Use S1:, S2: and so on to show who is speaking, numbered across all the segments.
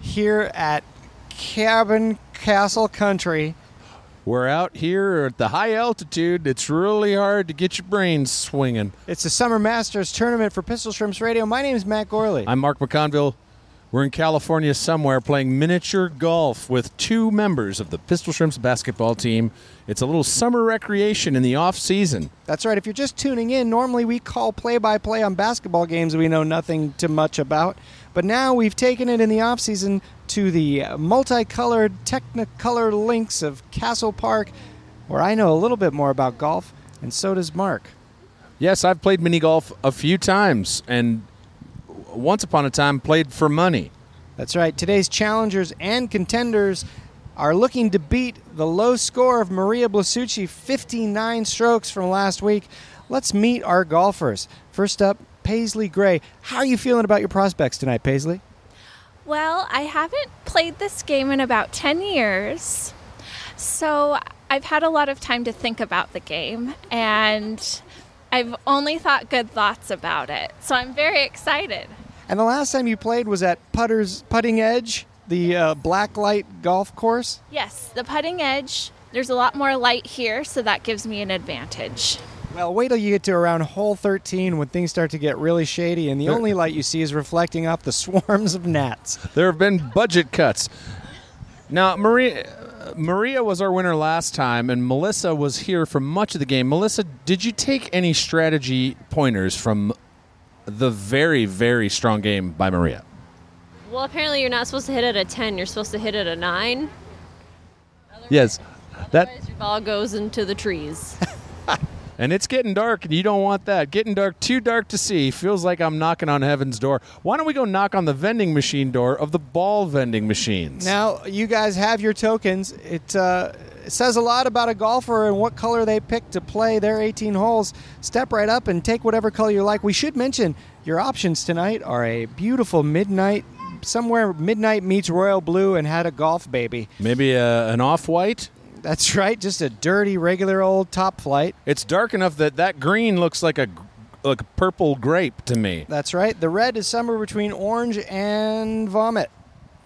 S1: here at Cabin Castle Country.
S2: We're out here at the high altitude. It's really hard to get your brains swinging.
S1: It's the Summer Masters Tournament for Pistol Shrimps Radio. My name is Matt Gorley.
S2: I'm Mark McConville. We're in California somewhere playing miniature golf with two members of the Pistol Shrimps basketball team. It's a little summer recreation in the off season.
S1: That's right. If you're just tuning in, normally we call play by play on basketball games we know nothing too much about. But now we've taken it in the offseason to the multicolored Technicolor links of Castle Park, where I know a little bit more about golf, and so does Mark.
S2: Yes, I've played mini golf a few times and once upon a time played for money.
S1: That's right. Today's challengers and contenders are looking to beat the low score of Maria Blasucci, 59 strokes from last week. Let's meet our golfers. First up, Paisley Gray. How are you feeling about your prospects tonight, Paisley?
S3: Well, I haven't played this game in about 10 years. So I've had a lot of time to think about the game and I've only thought good thoughts about it. So I'm very excited.
S1: And the last time you played was at Putter's Putting Edge, the uh, Blacklight Golf Course.
S3: Yes, the putting edge, there's a lot more light here, so that gives me an advantage.
S1: Well, wait till you get to around hole 13 when things start to get really shady, and the only light you see is reflecting off the swarms of gnats.
S2: There have been budget cuts. Now, Maria, Maria was our winner last time, and Melissa was here for much of the game. Melissa, did you take any strategy pointers from the very, very strong game by Maria?
S4: Well, apparently you're not supposed to hit at a 10. You're supposed to hit at a 9.
S2: Yes. That
S4: Otherwise, your ball goes into the trees.
S2: and it's getting dark, and you don't want that. Getting dark, too dark to see. Feels like I'm knocking on heaven's door. Why don't we go knock on the vending machine door of the ball vending machines?
S1: Now you guys have your tokens. It, uh, it says a lot about a golfer and what color they pick to play their 18 holes. Step right up and take whatever color you like. We should mention your options tonight are a beautiful midnight, somewhere midnight meets royal blue and had a golf baby.
S2: Maybe uh, an off-white.
S1: That's right, just a dirty regular old top flight.
S2: It's dark enough that that green looks like a gr- like a purple grape to me.
S1: That's right. The red is somewhere between orange and vomit.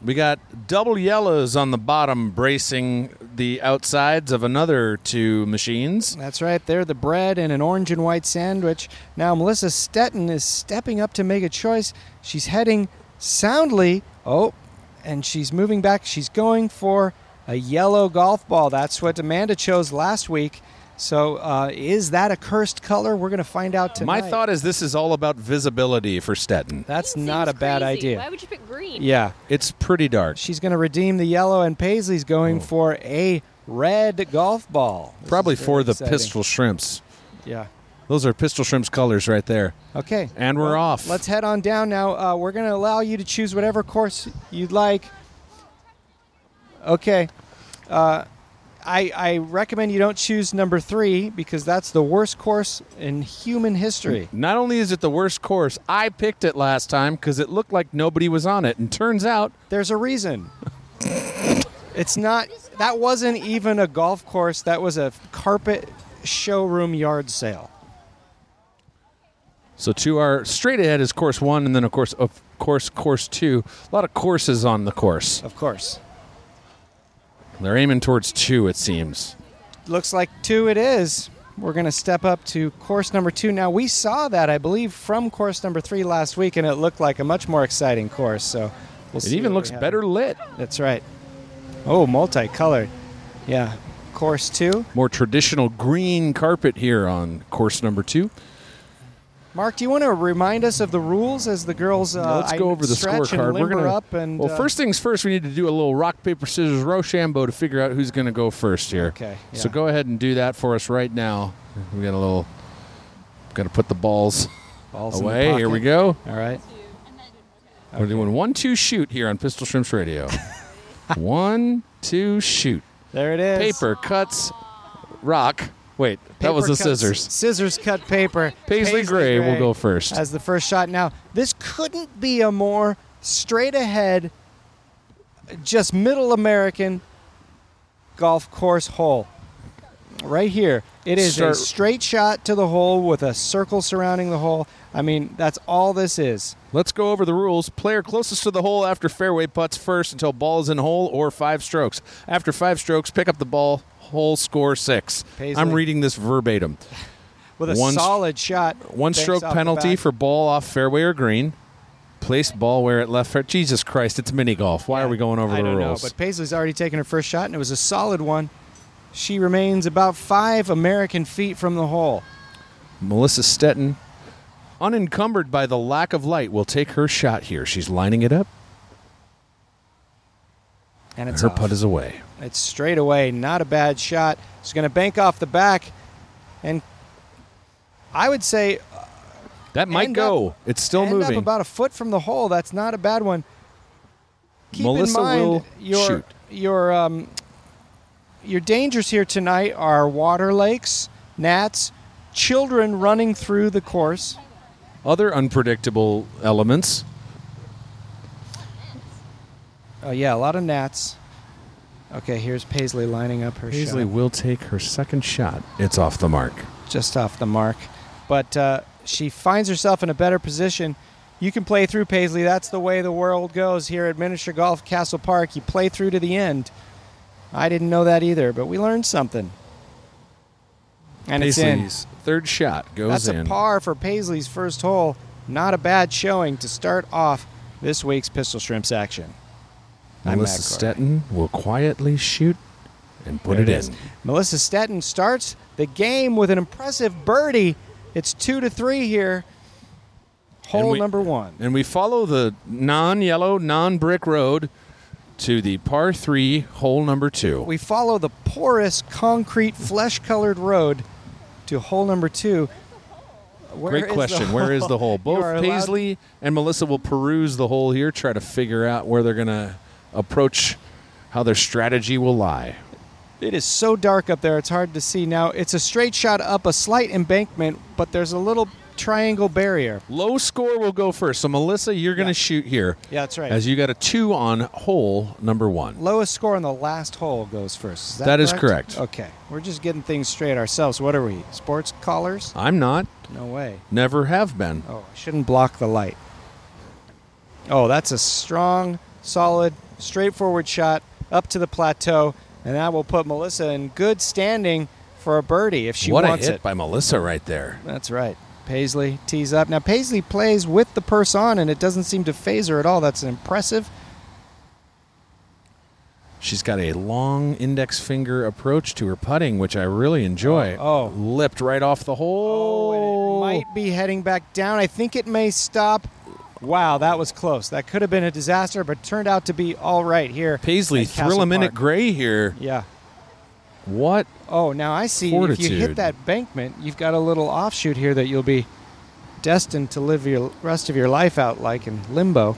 S2: We got double yellows on the bottom bracing the outsides of another two machines.
S1: That's right. They're the bread and an orange and white sandwich. Now, Melissa Stetton is stepping up to make a choice. She's heading soundly. Oh, and she's moving back. She's going for a yellow golf ball. That's what Amanda chose last week. So, uh, is that a cursed color? We're going to find out tonight.
S2: My thought is this is all about visibility for Stetton.
S1: That's
S4: Seems
S1: not a bad
S4: crazy.
S1: idea.
S4: Why would you pick green?
S1: yeah.
S2: It's pretty dark.
S1: She's going to redeem the yellow, and Paisley's going for a red golf ball. This
S2: Oh. Probably
S1: is very
S2: for the
S1: exciting.
S2: pistol shrimps.
S1: Yeah.
S2: Those are pistol shrimps colors right there.
S1: Okay.
S2: And we're off.
S1: Let's head on down now. Uh, we're going to allow you to choose whatever course you'd like. Okay. Uh, I, I recommend you don't choose number three because that's the worst course in human history.
S2: Not only is it the worst course, I picked it last time because it looked like nobody was on it, and turns out
S1: There's a reason. it's not, that wasn't even a golf course, that was a carpet showroom yard sale.
S2: So to our straight ahead is course one, and then of course, of course, course two. A lot of courses on the course.
S1: Of course.
S2: They're aiming towards two, it seems.
S1: Looks like two it is. We're going to step up to course number two. Now, we saw that, I believe, from course number three last week, and it looked like a much more exciting course. So we'll
S2: It
S1: see
S2: even
S1: what
S2: looks
S1: we have.
S2: better lit,
S1: That's right. Oh, multicolored. Yeah. Course two.
S2: more traditional green carpet here on course number two.
S1: Mark, do you want to remind us of the rules as the girls? Uh,
S2: Let's go
S1: I
S2: over the
S1: stretch
S2: scorecard.
S1: And
S2: We're
S1: limber
S2: gonna
S1: up and
S2: well,
S1: uh,
S2: first things first, we need to do a little rock paper scissors Rochambeau to figure out who's going to go first here.
S1: Okay,
S2: So
S1: yeah.
S2: go ahead and do that for us right now. We got a little. Got to put the balls,
S1: balls in the
S2: away. Oh, Here we
S1: pocket.
S2: go.
S1: All right.
S2: We're doing one, two, shoot here on Pistol Shrimps Radio. one, two, shoot.
S1: There it is.
S2: Paper cuts rock. Wait, that
S1: Paper
S2: was the
S1: cuts-
S2: scissors.
S1: Scissors cut paper.
S2: Paisley, Gray, will go first.
S1: As the first shot. Now, this couldn't be a more straight ahead, just middle American golf course hole. Right here. It is
S2: Start-
S1: a straight shot to the hole with a circle surrounding the hole. I mean, that's all this is.
S2: Let's go over the rules. Player closest to the hole after fairway putts first until ball is in hole or five strokes. After five strokes, pick up the ball. Hole score six.
S1: Paisley.
S2: I'm reading this verbatim.
S1: With a
S2: One s-
S1: solid shot.
S2: One
S1: banks
S2: stroke
S1: off the
S2: penalty
S1: back.
S2: for ball off fairway or green. Place ball where it left. Fair- Jesus Christ, it's mini golf. Why are we going over
S1: I
S2: the
S1: don't
S2: rules?
S1: know, but Paisley's already taken her first shot, and it was a solid one. She remains about five American feet from the hole.
S2: Melissa Stetton, unencumbered by the lack of light, will take her shot here. She's lining it up.
S1: And it's
S2: Her
S1: off.
S2: putt is away.
S1: It's straight away, not a bad shot. It's going to bank off the back, and I would say
S2: That might
S1: End up-
S2: go. it's still
S1: end
S2: moving.
S1: up about a foot from the hole. That's not a bad one. Keep
S2: Melissa
S1: in mind
S2: will
S1: your
S2: shoot.
S1: your um, your dangers here tonight are water lakes, gnats, children running through the course.
S2: Other unpredictable elements.
S1: Oh yeah, a lot of gnats. Okay, here's Paisley lining up her
S2: Paisley
S1: shot.
S2: will take her second shot. It's off the mark.
S1: just off the mark. But uh, she finds herself in a better position. You can play through Paisley. That's the way the world goes here at Miniature Golf Castle Park. You play through to the end. I didn't know that either, but we learned something. And it's in.
S2: Paisley's third shot goes
S1: That's
S2: in.
S1: a par for Paisley's first hole. Not a bad showing to start off this week's Pistol Shrimps action. I'm
S2: Melissa
S1: Matt Carter.
S2: Stetton will quietly shoot and put
S1: There
S2: it,
S1: it is.
S2: in.
S1: Melissa Stetton starts the game with an impressive birdie. It's two to three here.
S2: And
S1: Hole
S2: we-
S1: number one.
S2: And we follow the non-yellow, non-brick road to the par three hole number two.
S1: We follow the porous concrete flesh colored road to hole number two. Where
S2: Great
S1: is the
S2: question. Where is the hole?
S1: You are allowed-
S2: Both Paisley and Melissa will peruse the hole here, try to figure out where they're going to approach, how their strategy will lie.
S1: It is so dark up there, it's hard to see. Now, it's a straight shot up a slight embankment, but there's a little triangle barrier.
S2: Low score will go first. So Melissa, you're going to
S1: Yeah.
S2: shoot here.
S1: Yeah, that's right.
S2: As you got a two on hole number one.
S1: Lowest score on the last hole goes first. Is that,
S2: That is correct.
S1: Okay. We're just getting things straight ourselves. What are we? Sports callers?
S2: I'm not.
S1: No way.
S2: Never have been.
S1: Oh, I shouldn't block the light. Oh, that's a strong, solid, straightforward shot up to the plateau, and that will put Melissa in good standing for a birdie if she
S2: what a
S1: wants
S2: hit
S1: it.
S2: by Melissa right there.
S1: That's right. Paisley tees up. Now Paisley plays with the purse on, and it doesn't seem to phase her at all. That's impressive.
S2: She's got a long index finger approach to her putting, which I really enjoy.
S1: Oh, oh.
S2: lipped right off the hole.
S1: Oh, and it might be heading back down. I think it may stop. Wow, that was close. That could have been a disaster, but turned out to be all right here.
S2: Paisley,
S1: at
S2: thrill
S1: Castle
S2: a minute
S1: Park.
S2: gray here.
S1: Yeah.
S2: What?
S1: Oh, now I see. If you
S2: Fortitude.
S1: hit that bankment, you've got a little offshoot here that you'll be destined to live your rest of your life out like in limbo.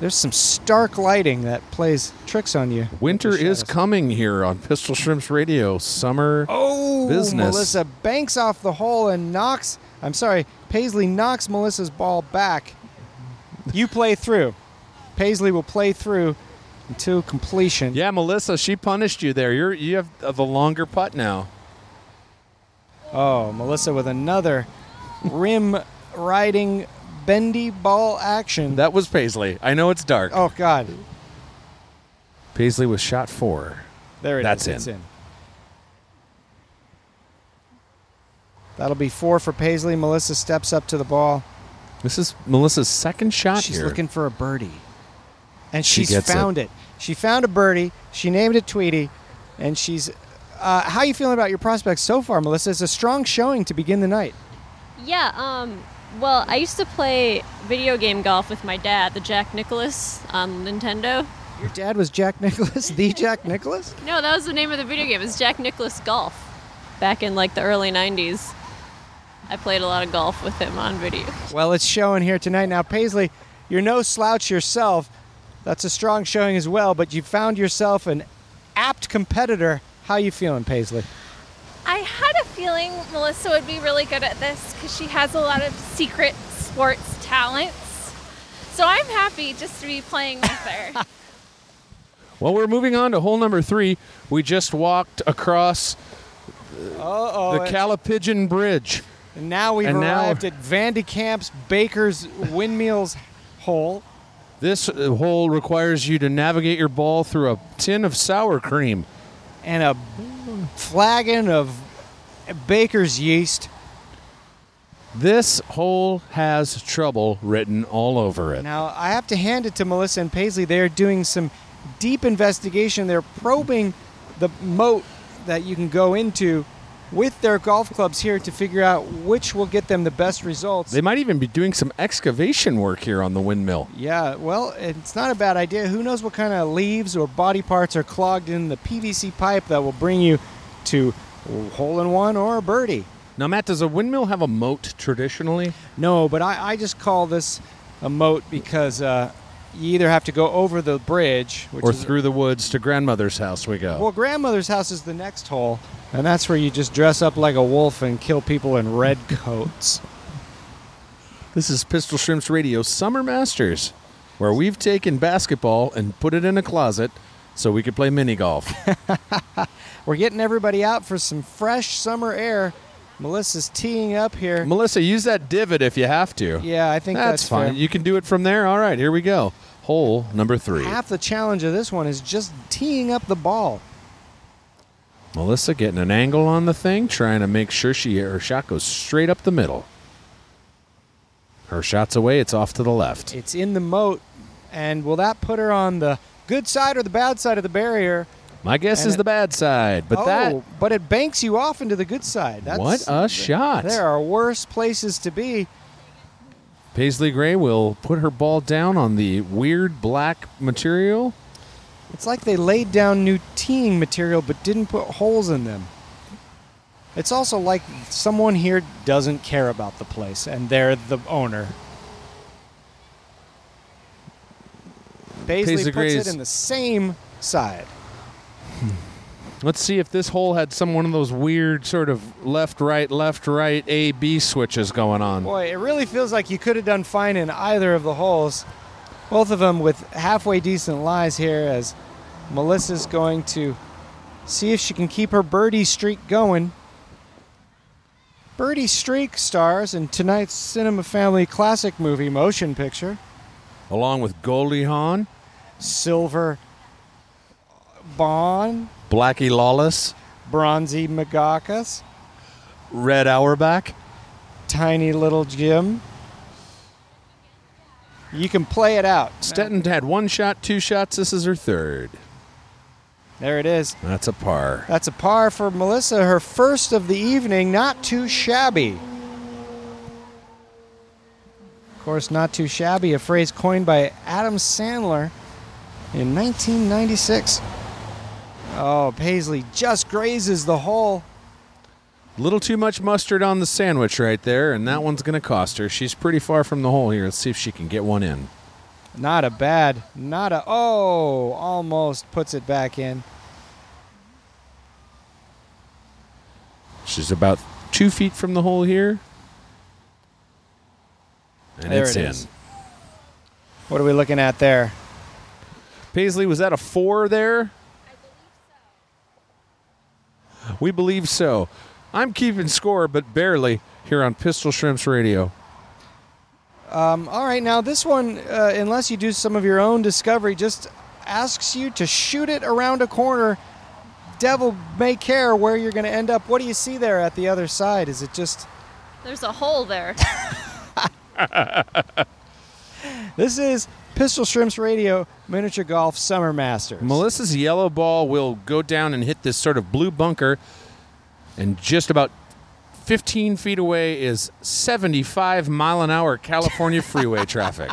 S1: There's some stark lighting that plays tricks on you.
S2: Winter
S1: with the
S2: is
S1: shadows.
S2: coming here on Pistol Shrimps Radio. Summer.
S1: Oh,
S2: business.
S1: Melissa banks off the hole and knocks. I'm sorry, Paisley knocks Melissa's ball back. You play through. Paisley will play through until completion.
S2: Yeah, Melissa, she punished you there. You're you have uh, the longer putt now.
S1: Oh, Melissa with another rim riding bendy ball action.
S2: That was Paisley. I know it's dark.
S1: oh God,
S2: Paisley was shot four.
S1: there it is.
S2: That's in.
S1: It's in. That'll be four for Paisley. Melissa steps up to the ball.
S2: This is Melissa's second shot
S1: She's
S2: here.
S1: looking for a birdie. And
S2: She
S1: she's
S2: gets it.
S1: found it. She found a birdie. She named it Tweety. And she's. Uh, how you feeling about your prospects so far, Melissa? It's a strong showing to begin the night.
S4: Yeah, um, Well, I used to play video game golf with my dad, the Jack Nicholas on Nintendo.
S1: Your dad was Jack Nicholas, the Jack Nicholas?
S4: No, that was the name of the video game. It was Jack Nicholas Golf. Back in like the early 90s, I played a lot of golf with him on video.
S1: Well, it's showing here tonight. Now, Paisley, you're no slouch yourself. That's a strong showing as well, but you found yourself an apt competitor. How you feeling, Paisley?
S3: I had a feeling Melissa would be really good at this because she has a lot of secret sports talents. So I'm happy just to be playing with her.
S2: Well, we're moving on to hole number three. We just walked across
S1: Uh-oh. Oh,
S2: the Calipigeon Bridge.
S1: and now we've
S2: and now-
S1: arrived at Vandecamp's Baker's Windmills hole.
S2: This uh, hole requires you to navigate your ball through a tin of sour cream.
S1: and a flagon of baker's yeast.
S2: This hole has trouble written all over it.
S1: Now, I have to hand it to Melissa and Paisley. They're doing some deep investigation. They're probing the moat that you can go into with their golf clubs here to figure out which will get them the best results.
S2: They might even be doing some excavation work here on the windmill.
S1: yeah, well, it's not a bad idea. Who knows what kind of leaves or body parts are clogged in the PVC pipe that will bring you to hole in one or a birdie.
S2: Now, Matt, does a windmill have a moat traditionally?
S1: No, but I, I just call this a moat because uh, you either have to go over the bridge, which
S2: Or
S1: is,
S2: through the woods to grandmother's house we go?
S1: Well, grandmother's house is the next hole, and that's where you just dress up like a wolf and kill people in red coats.
S2: This is Pistol Shrimps Radio Summer Masters, where we've taken basketball and put it in a closet so we could play mini golf.
S1: We're getting everybody out for some fresh summer air. Melissa's teeing up here.
S2: Melissa, use that divot if you have to.
S1: yeah, I think that's,
S2: fine.
S1: fair.
S2: You can do it from there. All right, here we go. Hole number three.
S1: Half the challenge of this one is just teeing up the ball.
S2: Melissa getting an angle on the thing, trying to make sure she her shot goes straight up the middle. Her shot's away. It's off to the left.
S1: It's in the moat, and will that put her on the good side or the bad side of the barrier?
S2: My guess
S1: and
S2: is
S1: it-
S2: the bad side, but
S1: oh,
S2: that
S1: but it banks you off into the good side. That's,
S2: what a shot!
S1: There are worse places to be.
S2: Paisley Gray will put her ball down on the weird black material.
S1: It's like they laid down new teeing material but didn't put holes in them. It's also like someone here doesn't care about the place and they're the owner. Paisley
S2: Paisley
S1: puts it
S2: Gray's-
S1: in the same side.
S2: Let's see if this hole had some one of those weird sort of left right left right A B switches going on.
S1: Boy, it really feels like you could have done fine in either of the holes. Both of them with halfway decent lies here as Melissa's going to see if she can keep her birdie streak going. Birdie Streak stars in tonight's Cinema Family Classic movie motion picture,
S2: Along with Goldie Hawn,
S1: Silver Bond,
S2: Blackie Lawless,
S1: Bronzy McGawkus,
S2: Red Auerbach.
S1: Tiny Little Jim. You can play it out.
S2: Stetton had one shot, two shots. This is her third.
S1: There it is.
S2: That's a par.
S1: That's a par for Melissa, her first of the evening. Not too shabby. Of course, not too shabby, a phrase coined by Adam Sandler in 1996. Oh, Paisley just grazes the hole.
S2: Little too much mustard on the sandwich right there, and that one's going to cost her. She's pretty far from the hole here. Let's see if she can get one in.
S1: Not a bad, not a. Oh, almost puts it back in.
S2: She's about two feet from the hole here. And
S1: There
S2: it's
S1: it
S2: in.
S1: is. What are we looking at there?
S2: Paisley, was that a four there? We believe so. I'm keeping score, but barely here on Pistol Shrimps Radio.
S1: Um, all right, now this one, uh, unless you do some of your own discovery, just asks you to shoot it around a corner. Devil may care where you're going to end up. What do you see there at the other side? Is it just
S4: There's a hole there.
S1: this is Pistol Shrimps Radio Miniature Golf Summer Masters?
S2: Melissa's yellow ball will go down and hit this sort of blue bunker and just about 15 feet away is 75 mile an hour California freeway traffic.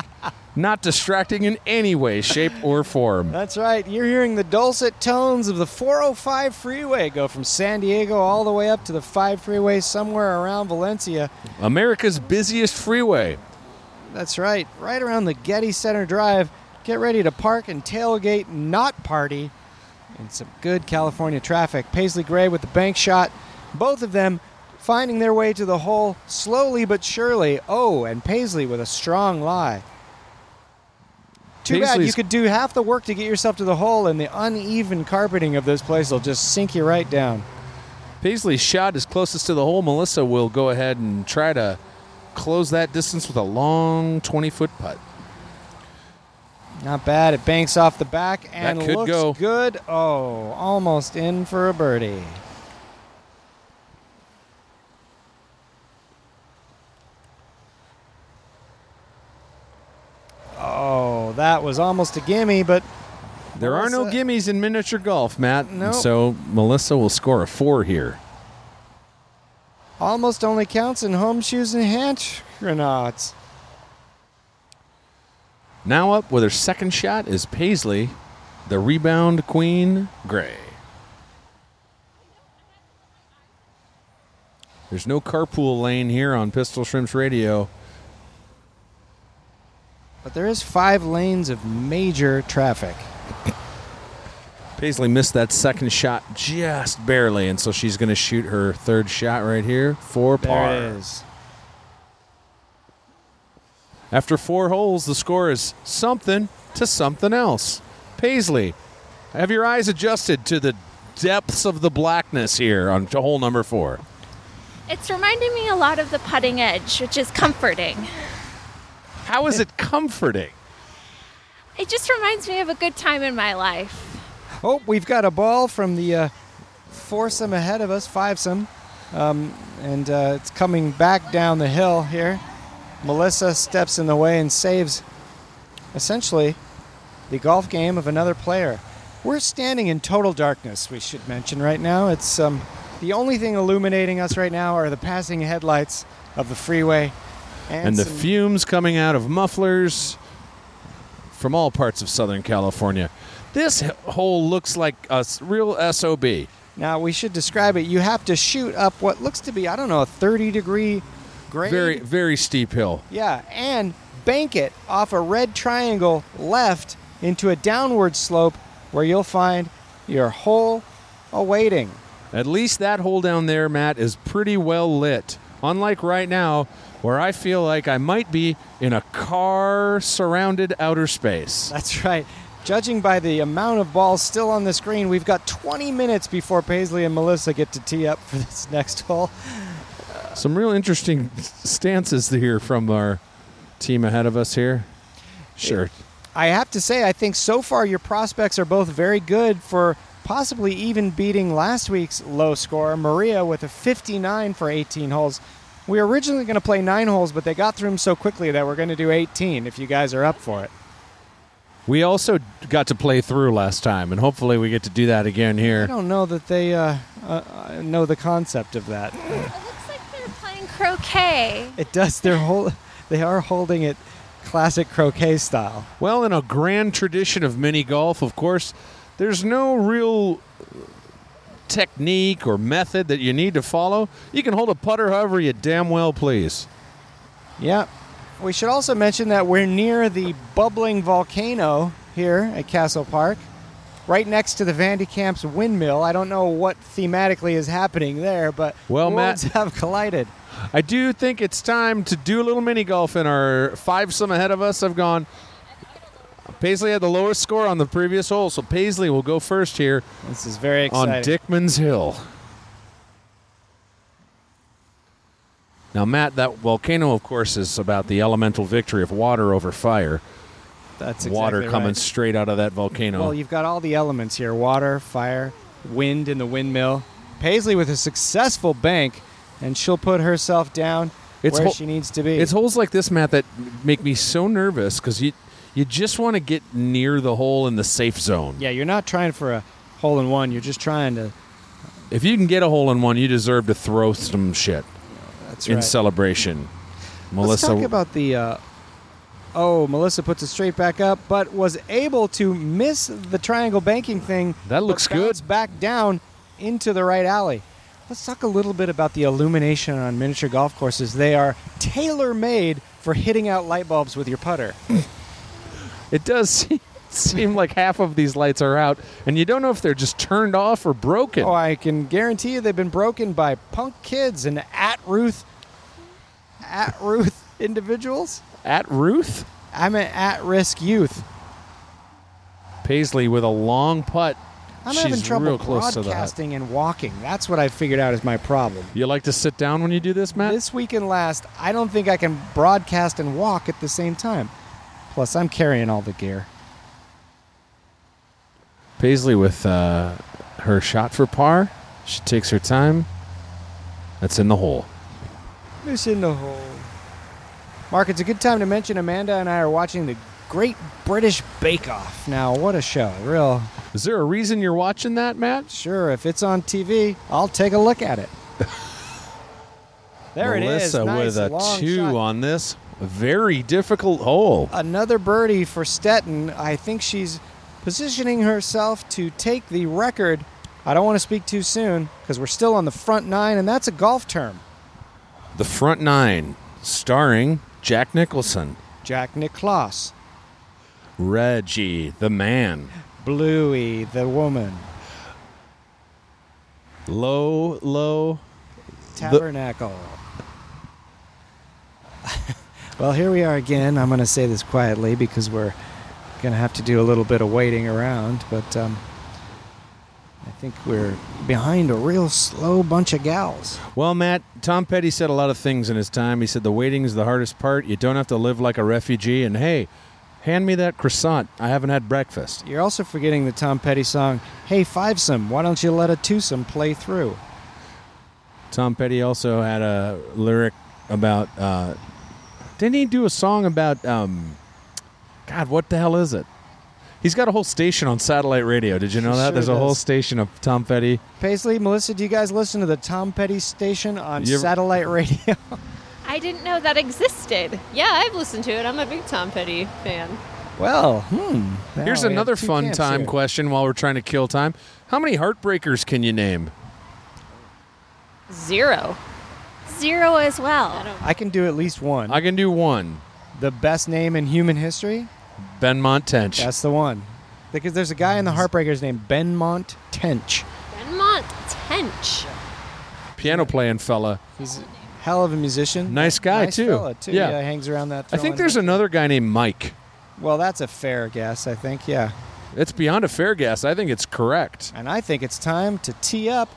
S2: Not distracting in any way, shape, or form.
S1: That's right. You're hearing the dulcet tones of the 405 freeway go from San Diego all the way up to the 5 freeway somewhere around Valencia.
S2: America's busiest freeway.
S1: That's right. Right around the Getty Center Drive. Get ready to park and tailgate, not party, in some good California traffic. Paisley Gray with the bank shot. Both of them finding their way to the hole slowly but surely. Oh, and Paisley with a strong lie. Too bad you
S2: Paisley's-
S1: could do half the work to get yourself to the hole, and the uneven carpeting of this place will just sink you right down.
S2: Paisley's shot is closest to the hole. Melissa will go ahead and try to close that distance with a long 20 foot putt.
S1: Not bad. It banks off the back and
S2: could
S1: looks
S2: go.
S1: good. Oh, almost in for a birdie. Oh, that was almost a gimme, but
S2: There are no
S1: Melissa-
S2: gimmies in miniature golf, Matt. and
S1: Nope.
S2: So Melissa will score a four here.
S1: almost only counts in home shoes and hand grenades.
S2: Now up with her second shot is Paisley, the rebound queen, Gray. There's no carpool lane here on Pistol Shrimps Radio.
S1: But there is five lanes of major traffic.
S2: Paisley missed that second shot just barely, and so she's going to shoot her third shot right here for par.
S1: There it is.
S2: After four holes, the score is something to something else. Paisley, have your eyes adjusted to the depths of the blackness here on to hole number four.
S3: It's reminding me a lot of the putting edge, which is comforting.
S2: How is it comforting?
S3: It just reminds me of a good time in my life.
S1: Oh, we've got a ball from the uh, foursome ahead of us, fivesome, um, and uh, it's coming back down the hill here. Melissa steps in the way and saves, essentially, the golf game of another player. We're standing in total darkness. We should mention right now. It's um, the only thing illuminating us right now are the passing headlights of the freeway and,
S2: and the
S1: some-
S2: fumes coming out of mufflers from all parts of Southern California. This h- hole looks like a s- real SOB.
S1: Now we should describe it. You have to shoot up what looks to be I don't know a 30 degree grade.
S2: Very, very steep hill.
S1: Yeah, and bank it off a red triangle left into a downward slope where you'll find your hole awaiting.
S2: At least that hole down there, Matt, is pretty well lit. Unlike right now, where I feel like I might be in a car surrounded outer space.
S1: That's right. Judging by the amount of balls still on the screen, we've got 20 minutes before Paisley and Melissa get to tee up for this next hole.
S2: Some real interesting stances here from our team ahead of us here. Sure.
S1: I have to say, I think so far your prospects are both very good for possibly even beating last week's low score, Maria with a 59 for 18 holes. We were originally going to play nine holes, but they got through them so quickly that we're going to do 18 if you guys are up for it.
S2: We also got to play through last time, and hopefully we get to do that again
S1: I
S2: here.
S1: don't know that they uh, uh, uh, know the concept of that.
S3: It looks like they're playing croquet.
S1: It does. They're hol- they are holding it classic croquet style.
S2: Well, in a grand tradition of mini golf, of course, there's no real technique or method that you need to follow. You can hold a putter however you damn well please.
S1: Yeah. We should also mention that we're near the bubbling volcano here at Castle Park, right next to the Vandy Camp's windmill. I don't know what thematically is happening there, but
S2: Well,
S1: worlds
S2: Matt-
S1: have collided.
S2: I do think it's time to do a little mini golf in our five some ahead of us have gone. Paisley had the lowest score on the previous hole, so Paisley will go first here
S1: This is very exciting.
S2: on Dickman's Hill. Now, Matt, that volcano, of course, is about the elemental victory of water over fire.
S1: That's
S2: water
S1: exactly
S2: coming
S1: right.
S2: straight out of that volcano.
S1: Well, you've got all the elements here: water, fire, wind in the windmill. Paisley with a successful bank, and she'll put herself down
S2: It's
S1: where
S2: hol-
S1: she needs to be.
S2: it's holes like this, Matt, that make me so nervous because you you just want to get near the hole in the safe zone.
S1: yeah, you're not trying for a hole in one. You're just trying to
S2: If you can get a hole in one, you deserve to throw some shit.
S1: That's
S2: in
S1: right.
S2: celebration.
S1: Let's
S2: Melissa,
S1: talk about the. Uh, oh, Melissa puts it straight back up, but was able to miss the triangle banking thing.
S2: That
S1: but
S2: looks
S1: bounced
S2: good.
S1: Back down into the right alley. Let's talk a little bit about the illumination on miniature golf courses. They are tailor made for hitting out light bulbs with your putter.
S2: it does seem- seem like half of these lights are out, and you don't know if they're just turned off or broken.
S1: Oh, I can guarantee you they've been broken by punk kids and at Ruth, at Ruth individuals.
S2: At Ruth
S1: I'm an at risk youth.
S2: Paisley with a long putt.
S1: I'm
S2: She's
S1: having trouble
S2: real close to the hut.
S1: broadcasting and walking. That's what I figured out is my problem.
S2: You like to sit down when you do this, Matt?
S1: This weekend last, I don't think I can broadcast and walk at the same time. Plus, I'm carrying all the gear.
S2: Paisley with uh, her shot for par. She takes her time. That's in the hole.
S1: Moose in the hole. Mark, it's a good time to mention Amanda and I are watching the Great British Bake Off. Now, what a show. Real.
S2: Is there a reason you're watching that, Matt?
S1: Sure, if it's on TV, I'll take a look at it. there
S2: Melissa
S1: it is. Nice,
S2: with a
S1: long
S2: two
S1: shot.
S2: on this very difficult hole.
S1: another birdie for Stetton. I think she's positioning herself to take the record. I don't want to speak too soon because we're still on the front nine, and that's a golf term.
S2: The front nine, starring Jack Nicholson,
S1: Jack Nicklaus,
S2: Reggie, the man,
S1: Bluey, the woman,
S2: low, low.
S1: Tabernacle. well, here we are again. I'm going to say this quietly because we're going to have to do a little bit of waiting around, but um, I think we're behind a real slow bunch of gals.
S2: Well, Matt, Tom Petty said a lot of things in his time. He said the waiting is the hardest part. You don't have to live like a refugee. And hey, hand me that croissant. I haven't had breakfast.
S1: You're also forgetting the Tom Petty song, Hey Fivesome, why don't you let a twosome play through?
S2: Tom Petty also had a lyric about. Uh, didn't he do a song about? Um, God, what the hell is it? He's got a whole station on satellite radio. Did you know
S1: He
S2: that?
S1: sure
S2: There's a whole
S1: does.
S2: station of Tom Petty.
S1: Paisley, Melissa, do you guys listen to the Tom Petty station on
S2: You ever-
S1: satellite radio?
S3: I didn't know that existed.
S4: Yeah, I've listened to it. I'm a big Tom Petty fan.
S1: well, hmm. now
S2: Here's
S1: we have
S2: another
S1: two
S2: fun
S1: camps
S2: time
S1: here.
S2: question while we're trying to kill time. How many heartbreakers can you name?
S4: Zero.
S3: Zero as
S4: I
S3: well.
S4: don't.
S1: I can do at least one.
S2: I can do one.
S1: the best name in human history?
S2: Ben Montench.
S1: That's the one. Because there's a guy in the Heartbreakers named Benmont Tench.
S4: Benmont Tench.
S2: Piano playing fella.
S1: He's a hell of a musician.
S2: Nice guy, too.
S1: fella, too.
S2: Yeah.
S1: Yeah. hangs around that.
S2: I think
S1: throwing-
S2: there's another guy named Mike.
S1: Well, that's a fair guess, I think, yeah.
S2: It's beyond a fair guess. I think it's correct.
S1: And I think it's time to tee up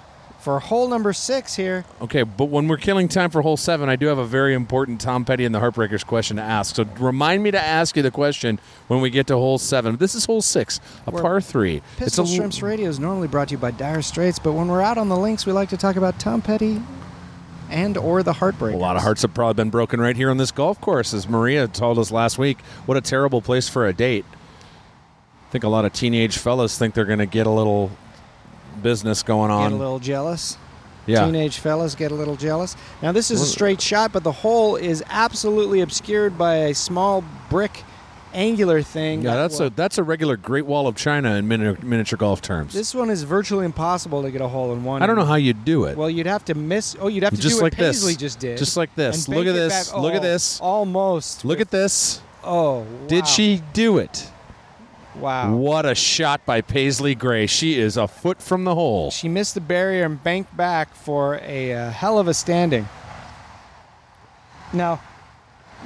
S1: for hole number six here.
S2: Okay, but when we're killing time for hole seven, I do have a very important Tom Petty and the Heartbreakers question to ask. So remind me to ask you the question when we get to hole seven. This is hole six, a
S1: We're-
S2: par three.
S1: Pistol
S2: it's a,
S1: Shrimps Radio is normally brought to you by Dire Straits, but when we're out on the links, we like to talk about Tom Petty and or the Heartbreakers.
S2: A lot of hearts have probably been broken right here on this golf course, as Maria told us last week. What a terrible place for a date. I think a lot of teenage fellas think they're going to get a little business going
S1: get
S2: on.
S1: a little jealous.
S2: yeah.
S1: Teenage fellas get a little jealous. Now this is a straight shot, but the hole is absolutely obscured by a small brick angular thing.
S2: Yeah,
S1: that
S2: that's
S1: will-
S2: a that's a regular Great Wall of China in mini- miniature golf terms.
S1: This one is virtually impossible to get a hole in one.
S2: I don't know how you do it.
S1: Well, you'd have to miss. Oh, you'd have to
S2: Just
S1: do
S2: like
S1: what
S2: this.
S1: Paisley just did.
S2: Just like this.
S1: and
S2: Look
S1: bank
S2: at
S1: it
S2: this.
S1: back-
S2: Look at
S1: oh,
S2: this.
S1: Almost.
S2: Look at this.
S1: Oh, wow.
S2: Did she do it?
S1: Wow.
S2: What a shot by Paisley Gray. She is a foot from the hole.
S1: She missed the barrier and banked back for a uh, hell of a standing. Now,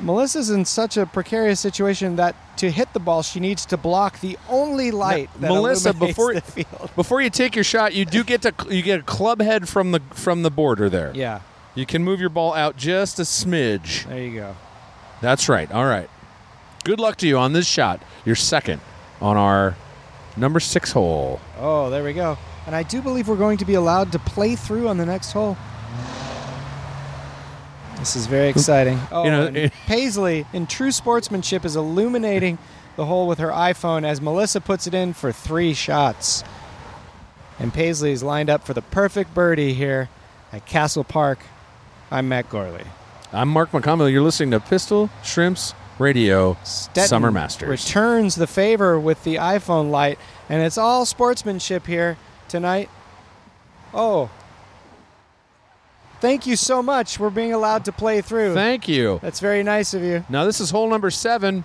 S1: Melissa's in such a precarious situation that to hit the ball, she needs to block the only light. that
S2: Melissa,
S1: illuminates
S2: before
S1: the field.
S2: before you take your shot, you do get to you get a club head from the from the border there.
S1: Yeah,
S2: You can move your ball out just a smidge.
S1: there you go.
S2: That's right. All right. Good luck to you on this shot. You're second on our number 6 hole.
S1: Oh, there we go. And I do believe we're going to be allowed to play through on the next hole. This is very exciting. Oh,
S2: know,
S1: and
S2: it-
S1: Paisley, in true sportsmanship, is illuminating the hole with her iPhone as Melissa puts it in for three shots. And Paisley is lined up for the perfect birdie here at Castle Park I'm Matt Gorley.
S2: I'm Mark McConnell. You're listening to Pistol Shrimps Radio
S1: Stetton
S2: Summer Masters.
S1: returns the favor with the iPhone light, and it's all sportsmanship here tonight. Oh, thank you so much. We're being allowed to play through.
S2: Thank you.
S1: That's very nice of you.
S2: Now this is hole number seven.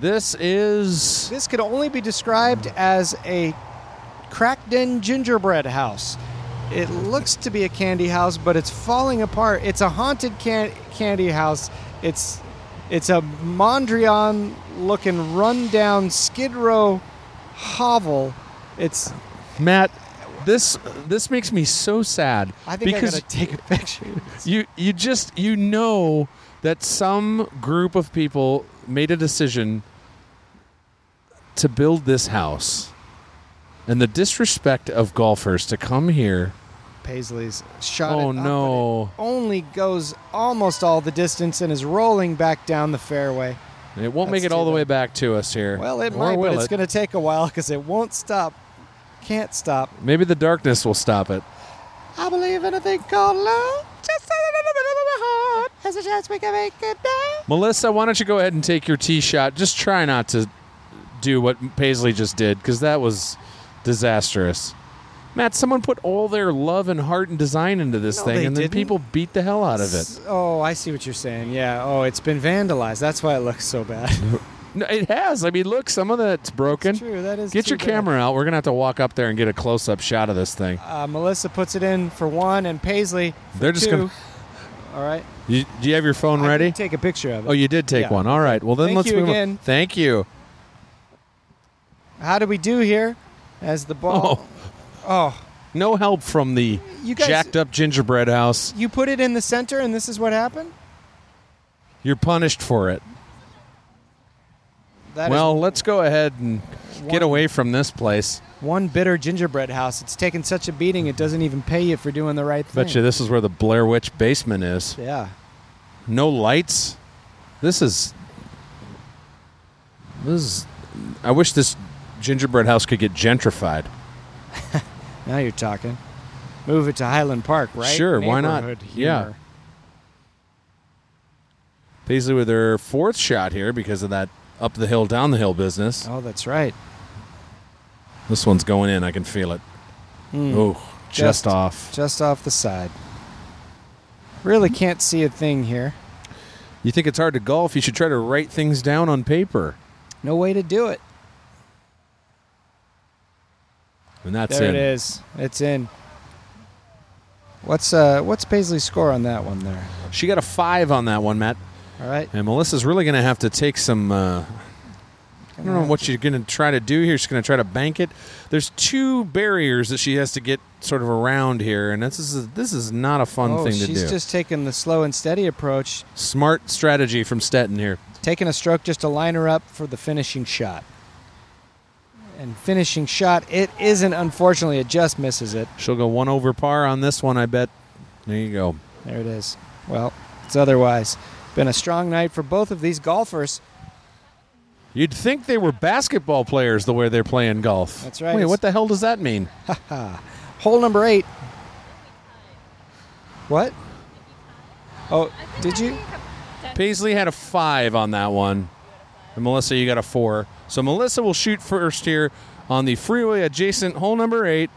S2: This is
S1: This could only be described as a cracked-in gingerbread house. It looks to be a candy house, but it's falling apart. It's a haunted can- candy house. It's it's a Mondrian-looking, rundown Skid Row hovel. It's
S2: Matt. This this makes me so sad
S1: I think
S2: because
S1: I gotta take a picture.
S2: you you just you know that some group of people made a decision to build this house, and the disrespect of golfers to come here.
S1: Paisley's shot. it
S2: oh
S1: up, but
S2: no!
S1: it only goes almost all the distance and is rolling back down the fairway.
S2: And It won't make
S1: That's
S2: it all
S1: too
S2: the way
S1: bad.
S2: back to us here.
S1: Well, it
S2: Or
S1: might, but
S2: will
S1: it's
S2: it?
S1: going to take a while because it won't stop. Can't stop.
S2: Maybe the darkness will stop it.
S1: I believe in a thing called love. Just a little bit of a heart. Has a chance we can make it now.
S2: Melissa, why don't you go ahead and take your tee shot? Just try not to do what Paisley just did because that was disastrous. Matt, someone put all their love and heart and design into this
S1: No,
S2: thing,
S1: they
S2: and then
S1: didn't.
S2: people beat the hell out of it.
S1: Oh, I see what you're saying. Yeah. Oh, it's been vandalized. That's why it looks so bad.
S2: No, it has. I mean, look, some of that's broken.
S1: It's true. That is.
S2: Get
S1: too
S2: your
S1: bad.
S2: camera out. We're gonna have to walk up there and get a close-up shot of this thing.
S1: Uh, Melissa puts it in for one, and Paisley. For
S2: They're just
S1: 2
S2: gonna-
S1: All right.
S2: You, do you have your phone
S1: I
S2: ready?
S1: did Take a picture of it.
S2: oh, you did take
S1: Yeah.
S2: one. All right. Well, then
S1: Thank
S2: let's
S1: you
S2: move on.
S1: again.
S2: Thank you.
S1: How do we do here? As the ball. Oh.
S2: Oh. No help from the
S1: You guys-
S2: jacked-up gingerbread house.
S1: You put it in the center, and this is what happened.
S2: You're punished for it.
S1: That is
S2: well, let's go ahead and get away from this place.
S1: one bitter gingerbread house. It's taken such a beating, it doesn't even pay you for doing the right thing.
S2: Bet you this is where the Blair Witch basement is.
S1: Yeah.
S2: No lights. This is. This is. I wish this gingerbread house could get gentrified.
S1: Now you're talking. Move it to Highland Park, right?
S2: Sure, why not?
S1: Neighborhood
S2: Yeah.
S1: humor.
S2: Paisley with her fourth shot here because of that up the hill, down the hill business.
S1: Oh, that's right.
S2: This one's going in. I can feel it. Oh, just,
S1: Hmm. Just-
S2: off.
S1: Just off the side. Really can't see a thing here.
S2: You think it's hard to golf? You should try to write things down on paper.
S1: No way to do it.
S2: And that's
S1: There
S2: in.
S1: it is. It's in. What's uh what's Paisley's score on that one there?
S2: She got a five on that one, Matt.
S1: All right.
S2: And Melissa's really going to have to take some. Uh, I don't know what she's going to try to do here. She's going to try to bank it. There's two barriers that she has to get sort of around here, and this is this is not a fun
S1: oh,
S2: thing to
S1: she's
S2: do.
S1: just taking the slow and steady approach,
S2: Smart strategy from Stetton here.
S1: taking a stroke just to line her up for the finishing shot. And finishing shot, it isn't unfortunately, it just misses it.
S2: She'll go one over par on this one, I bet. There you go.
S1: There it is. Well, it's otherwise. Been a strong night for both of these golfers.
S2: You'd think they were basketball players the way they're playing golf.
S1: That's right.
S2: Wait, what the hell does that mean?
S1: Hole number eight. What? Oh, did you?
S2: Paisley had a five on that one. And Melissa, you got a four. So Melissa will shoot first here on the freeway adjacent hole number eight.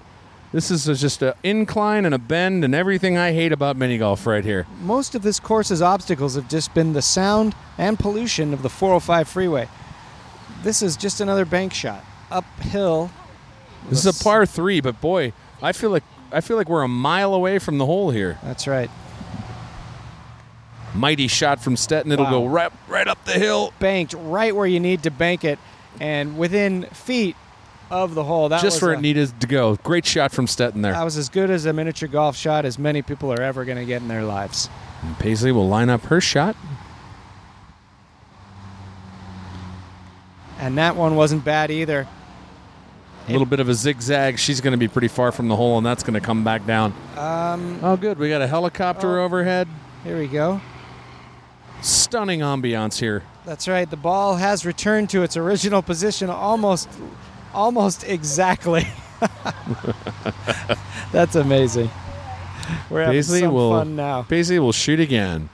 S2: This is a- just an incline and a bend and everything I hate about mini golf right here.
S1: Most of this course's obstacles have just been the sound and pollution of the 405 freeway. This is just another bank shot. Uphill.
S2: This is a par three, but boy, I feel like I feel like we're a mile away from the hole here.
S1: That's right.
S2: Mighty shot from Stetton. It'll
S1: Wow.
S2: go right right up the hill.
S1: Banked right where you need to bank it and within feet of the hole. That was
S2: just where
S1: a-
S2: it needed to go. Great shot from Stetton there.
S1: That was as good as a miniature golf shot as many people are ever going to get in their lives.
S2: Paisley will line up her shot.
S1: And that one wasn't bad either.
S2: A little bit of a zigzag. She's going to be pretty far from the hole, and that's going to come back down. Um, oh, good. We got a helicopter
S1: Oh.
S2: overhead.
S1: Here we go.
S2: Stunning ambiance here.
S1: That's right. The ball has returned to its original position almost almost exactly. That's amazing. We're having
S2: Paisley
S1: some
S2: will
S1: fun now.
S2: Paisley will shoot again.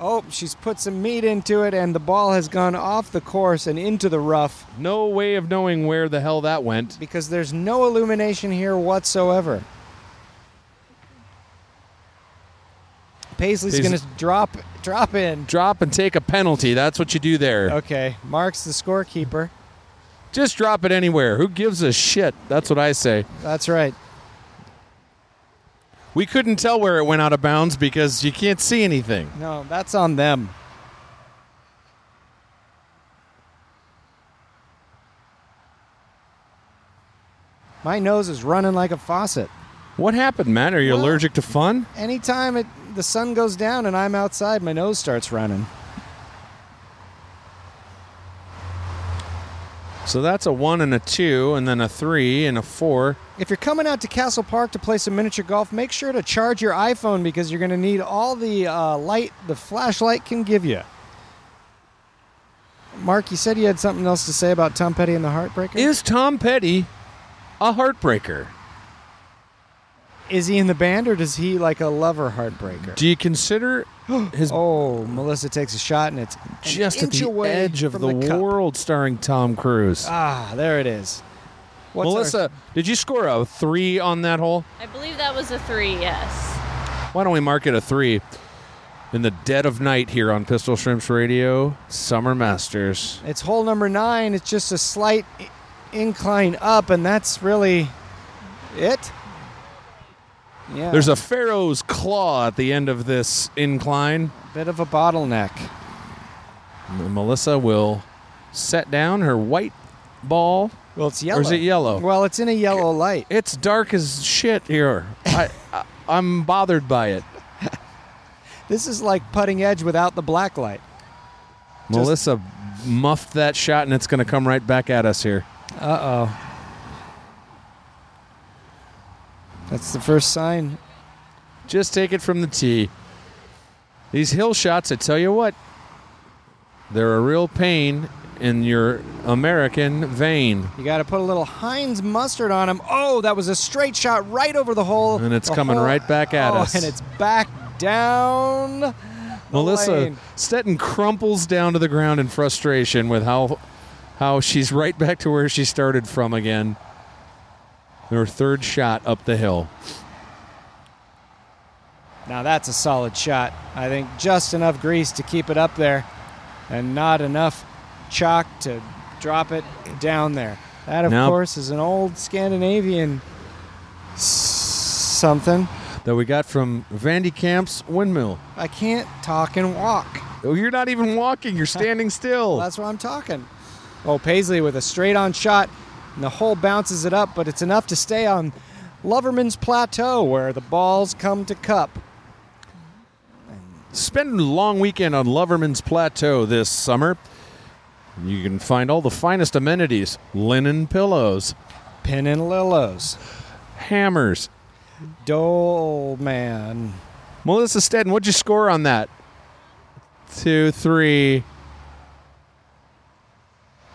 S1: Oh, she's put some meat into it, and the ball has gone off the course and into the rough
S2: No way of knowing where the hell that went.
S1: because there's no illumination here whatsoever. Paisley's
S2: Paisley-
S1: going to drop drop in.
S2: Drop and take a penalty. That's what you do there.
S1: Okay, Mark's the scorekeeper.
S2: Just drop it anywhere. Who gives a shit? That's what I say.
S1: That's right.
S2: We couldn't tell where it went out of bounds because you can't see anything.
S1: No, that's on them. My nose is running like a faucet.
S2: What happened, Matt? Are you
S1: Well-
S2: allergic to fun?
S1: Anytime it, the sun goes down and I'm outside, my nose starts running.
S2: So that's a one and a two, and then a three and a four.
S1: If you're coming out to Castle Park to play some miniature golf, make sure to charge your iPhone because you're going to need all the uh, light the flashlight can give you. Mark, you said you had something else to say about Tom Petty and the Heartbreaker.
S2: Is Tom Petty a heartbreaker?
S1: Is he in the band or does he like a lover heartbreaker?
S2: Do you consider his
S1: oh, Melissa takes a shot and it's an
S2: just at
S1: inch
S2: the
S1: away
S2: edge of
S1: from
S2: the,
S1: cup.
S2: world starring Tom Cruise?
S1: Ah, there it is. What's our-
S2: Melissa, did you score a three on that hole?
S4: I believe that was a three, yes.
S2: Why don't we mark it a three in the dead of night here on Pistol Shrimps Radio, Summer Masters?
S1: It's hole number nine. It's just a slight i- incline up, and that's really it. Yeah.
S2: There's a Pharaoh's claw at the end of this incline.
S1: bit of a bottleneck.
S2: M- Melissa will set down her white ball.
S1: Well, it's yellow.
S2: Or is it yellow?
S1: Well, it's in a yellow light.
S2: It's dark as shit here. I, I I'm bothered by it.
S1: This is like putting edge without the black light.
S2: Melissa muffed that shot, and it's going to come right back at us here.
S1: Uh oh. That's the first sign.
S2: Just take it from the tee. These hill shots, I tell you what, they're a real pain in your American vein.
S1: You got to put a little Heinz mustard on him. Oh, that was a straight shot right over the hole.
S2: And it's
S1: The
S2: coming
S1: hole-
S2: right back at
S1: oh,
S2: us.
S1: And it's back down.
S2: Melissa
S1: lane.
S2: Stetton crumples down to the ground in frustration with how how she's right back to where she started from again. Her third shot up the hill.
S1: Now that's a solid shot. I think just enough grease to keep it up there and not enough chalk to drop it down there. That, of
S2: Nope.
S1: course, is an old Scandinavian s- something.
S2: That we got from Vandy Camp's windmill.
S1: I can't talk and walk.
S2: Oh, you're not even walking, you're standing still.
S1: That's what I'm talking. Oh, Paisley with a straight on shot, and the hole bounces it up, but it's enough to stay on Loverman's Plateau where the balls come to cup.
S2: Spend a long weekend on Loverman's Plateau this summer. You can find all the finest amenities linen pillows,
S1: Pin and Lillos.
S2: hammers.
S1: Dole man.
S2: Melissa Stedden, what'd you score on that? Two, three.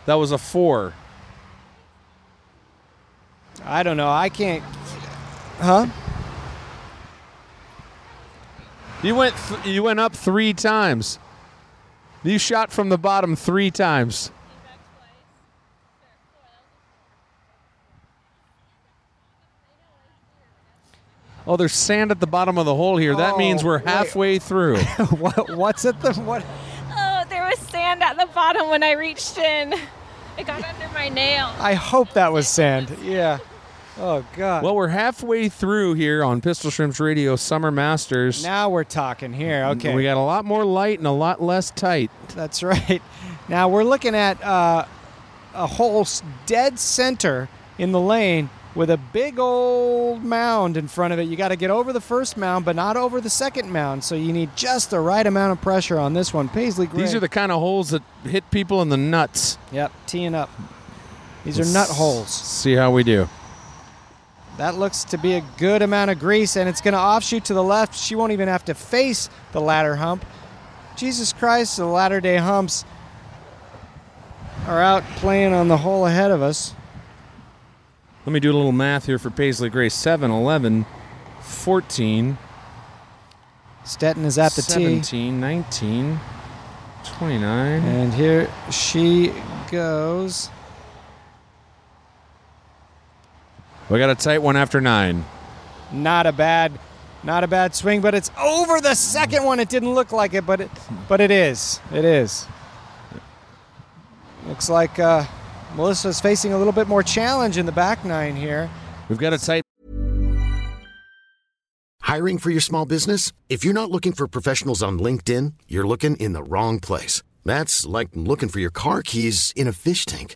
S2: That was a four.
S1: I don't know. I can't. Huh?
S2: You went, th- you went up three times. You shot from the bottom three times. Oh, there's sand at the bottom of the hole here. That
S1: Oh,
S2: means we're
S1: wait.
S2: halfway through.
S1: what? What's at the what?
S3: Oh, there was sand at the bottom when I reached in. It got under my nail.
S1: I hope that was sand. Yeah. Oh God.
S2: well, we're halfway through here on Pistol Shrimps Radio Summer Masters.
S1: now we're talking here. Okay.
S2: We got a lot more light and a lot less tight.
S1: That's right. Now we're looking at uh, a whole s- dead center in the lane with a big old mound in front of it. You got to get over the first mound, but not over the second mound. So you need just the right amount of pressure on this one. Paisley. Gray.
S2: These are the kind of holes that hit people in the nuts.
S1: Yep. Teeing up. These are nut holes.
S2: See how we do.
S1: That looks to be a good amount of grease, and it's going to offshoot to the left. She won't even have to face the ladder hump. Jesus Christ, the latter day humps. are out playing on the hole ahead of us.
S2: Let me do a little math here for Paisley Gray. 7, 11, 14,
S1: Stetton is at the tee.
S2: 17, 19, 29.
S1: And here she goes.
S2: We got a tight one after nine.
S1: Not a bad not a bad swing, but it's over the second one. It didn't look like it, but it but it is. It is. Looks like uh, Melissa's facing a little bit more challenge in the back nine here.
S2: We've got a tight
S5: Hiring for your small business? If you're not looking for professionals on LinkedIn, you're looking in the wrong place. That's like looking for your car keys in a fish tank.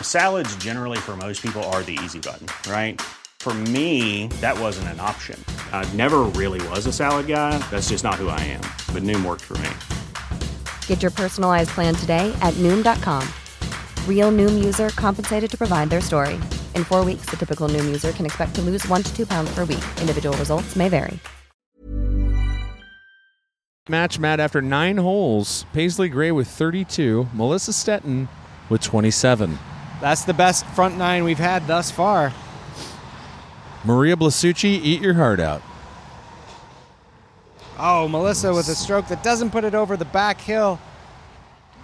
S6: Salads, generally, for most people, are the easy button, right? For me, that wasn't an option. I never really was a salad guy. That's just not who I am. But Noom worked for me.
S7: Get your personalized plan today at Noom.com. Real Noom user compensated to provide their story. In four weeks, the typical Noom user can expect to lose one to two pounds per week. Individual results may vary.
S2: match, Matt, after nine holes. Paisley Gray with 32, Melissa Stetton with 27.
S1: That's the best front nine we've had thus far.
S2: Maria Blasucci, eat your heart out.
S1: Oh, Melissa with a stroke that doesn't put it over the back hill.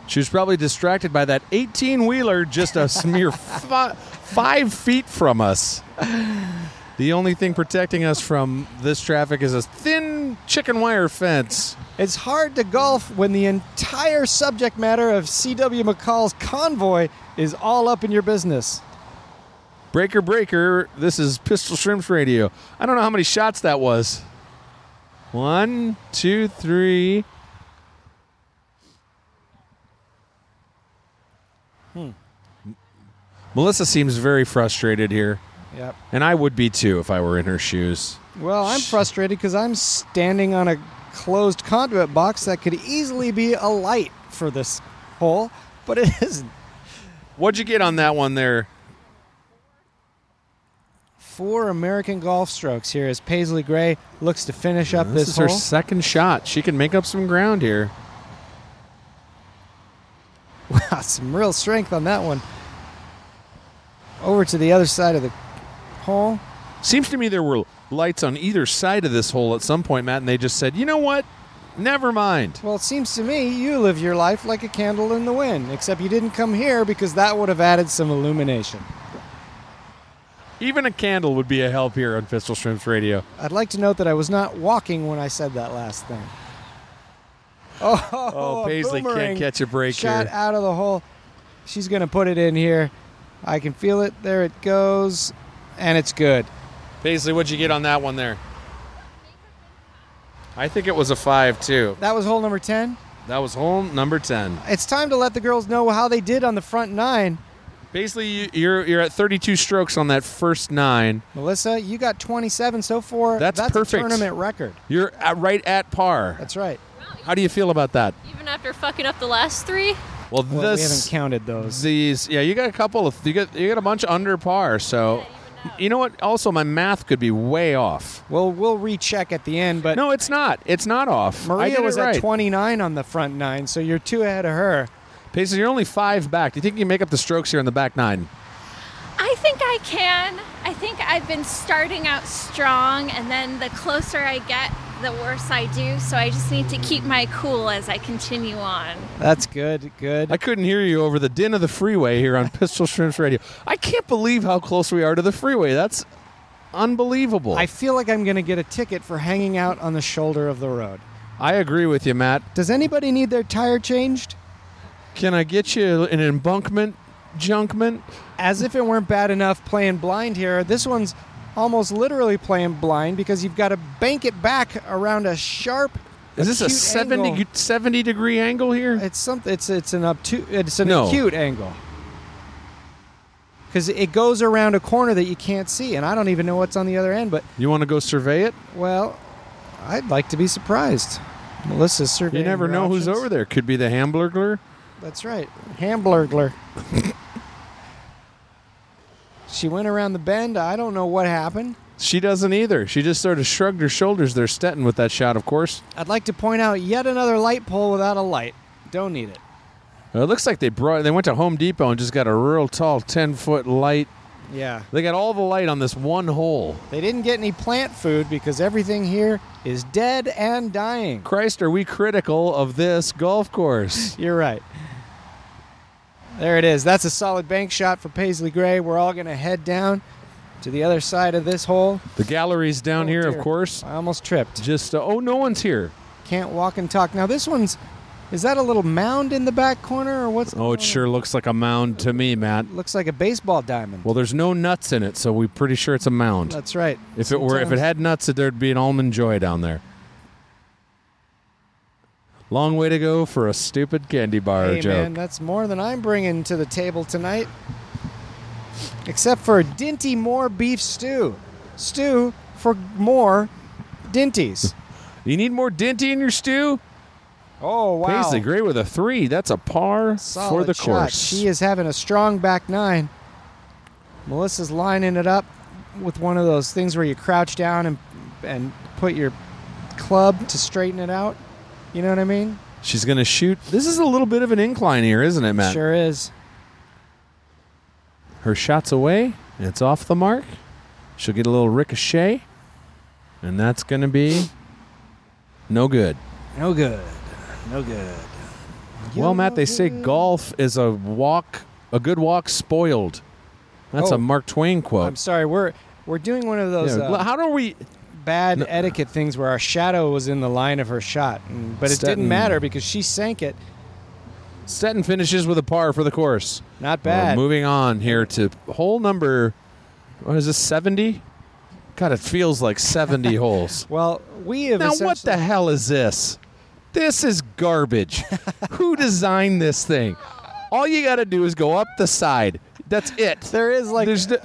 S2: She was probably distracted by that 18 wheeler just a smear fi- five feet from us. The only thing protecting us from this traffic is a thin chicken wire fence.
S1: It's hard to golf when the entire subject matter of C.W. McCall's convoy is all up in your business.
S2: Breaker, breaker. This is Pistol Shrimps Radio. I don't know how many shots that was. One, two, three. Melissa seems very frustrated here,
S1: Yep.
S2: and I would be too if I were in her shoes.
S1: Well, I'm frustrated because I'm standing on a closed conduit box that could easily be a light for this hole, but it isn't.
S2: What'd you get on that one there?
S1: Four American golf strokes here as Paisley Gray looks to finish up
S2: This
S1: this,
S2: is her
S1: hole.
S2: second shot. She can make up some ground here.
S1: Wow, some real strength on that one. Over to the other side of the hole.
S2: Seems to me there were lights on either side of this hole at some point, Matt, and they just said, you know what? Never mind.
S1: Well, it seems to me you live your life like a candle in the wind, except you didn't come here because that would have added some illumination.
S2: Even a candle would be a help here on Pistol Shrimps Radio.
S1: I'd like to note that I was not walking when I said that last thing. Oh,
S2: Oh,
S1: a
S2: Paisley can't
S1: boomerang
S2: catch a break
S1: shot
S2: here.
S1: out of the hole. She's going to put it in here. I can feel it. There it goes. And it's good.
S2: Paisley, what'd you get on that one there? I think it was a five, too.
S1: That was hole number 10.
S2: That was hole number 10.
S1: It's time to let the girls know how they did on the front nine.
S2: Paisley, you- you're, you're at 32 strokes on that first nine.
S1: Melissa, you got 27 so far.
S2: That's
S1: that's
S2: perfect.
S1: A tournament record.
S2: You're at, right at par.
S1: That's right.
S2: How do you feel about that?
S4: Even after fucking up the last three,
S2: Well,
S1: Well, we haven't
S2: this
S1: counted those.
S2: these yeah, you got a couple of you got you got a bunch under par. So, you know what? Also, my math could be way off.
S1: Well, we'll recheck at the end, but
S2: No, it's not. It's not off. I
S1: Maria
S2: did
S1: was
S2: it right.
S1: at 29 on the front nine, so you're two ahead of her.
S2: Paisley, you're only five back. Do you think you can make up the strokes here in the back nine?
S3: I think I can. I think I've been starting out strong, and then the closer I get, the worse I do. So I just need to keep my cool as I continue on.
S1: That's good, good.
S2: I couldn't hear you over the din of the freeway here on Pistol Shrimps Radio. I can't believe how close we are to the freeway. That's unbelievable.
S1: I feel like I'm going to get a ticket for hanging out on the shoulder of the road.
S2: I agree with you, Matt.
S1: Does anybody need their tire changed?
S2: Can I get you an embankment, junkment?
S1: As if it weren't bad enough playing blind here, this one's almost literally playing blind because you've got to bank it back around a sharp.
S2: Is this a
S1: acute
S2: 70,
S1: angle.
S2: 70 degree angle here?
S1: It's something. It's it's an obtuse. It's an
S2: No.
S1: acute angle. because it goes around a corner that you can't see, and I don't even know what's on the other end. But
S2: You want to go survey it?
S1: well, I'd like to be surprised. Melissa's
S2: You
S1: surveying.
S2: never
S1: her
S2: know who's
S1: options.
S2: over there. Could be the Hamburglar.
S1: That's right, Hamburglar. she went around the bend. I don't know what happened.
S2: She doesn't either. She just sort of shrugged her shoulders there, Stetton, with that shot, of course.
S1: I'd like to point out yet another light pole without a light. Don't need it.
S2: Uh, It looks like they brought. They went to Home Depot and just got a real tall, ten foot light.
S1: Yeah.
S2: They got all the light on this one hole.
S1: They didn't get any plant food because everything here is dead and dying.
S2: Christ, are we critical of this golf course?
S1: You're right. There it is. That's a solid bank shot for Paisley Gray. We're all going to head down to the other side of this hole.
S2: the gallery's down
S1: Oh,
S2: here, of
S1: dear.
S2: course.
S1: I almost tripped.
S2: Just uh, oh, no one's here.
S1: Can't walk and talk. Now, this one's. Is that a little mound in the back corner or what's.
S2: Oh, it sure looks like a mound to me, Matt.
S1: Looks like a baseball diamond.
S2: Well, there's no nuts in it, so we're pretty sure it's a mound.
S1: That's right.
S2: if it were, if
S1: Sometimes-
S2: it had nuts, there'd be an almond joy down there. Long way to go for a stupid candy bar
S1: Hey
S2: joke.
S1: man, that's more than I'm bringing to the table tonight. Except for Dinty Moore beef stew. Stew for more Dinties.
S2: You need more Dinty in your stew?
S1: Oh wow.
S2: Paisley Gray with a three. That's a par
S1: Solid
S2: for the
S1: shot.
S2: course.
S1: She is having a strong back nine. Melissa's lining it up with one of those things where you crouch down and and put your club to straighten it out. You know what I mean?
S2: She's going to shoot. This is a little bit of an incline here, isn't it, Matt?
S1: Sure is.
S2: Her shot's away. It's off the mark. She'll get a little ricochet. And that's going to be no good.
S1: No good. No good.
S2: well, Matt, they say
S1: Yo.
S2: golf is a walk, a good walk spoiled. That's
S1: Oh.
S2: a Mark Twain
S1: I'm
S2: quote.
S1: sorry. We're we're doing one of those.
S2: Yeah,
S1: uh,
S2: How do we.
S1: bad etiquette things where our shadow was in the line of her shot, and- but it
S2: Stetton.
S1: didn't matter because she sank it.
S2: Stetton finishes with a par for the course.
S1: Not
S2: We're
S1: bad.
S2: moving on here to hole number. What is this? Seventy. God, it feels like seventy holes.
S1: well, we have
S2: Now, what
S1: essentially-
S2: the hell is this? This is garbage. Who designed this thing? All you got to do is go up the side. That's it.
S1: There is like
S2: There's no-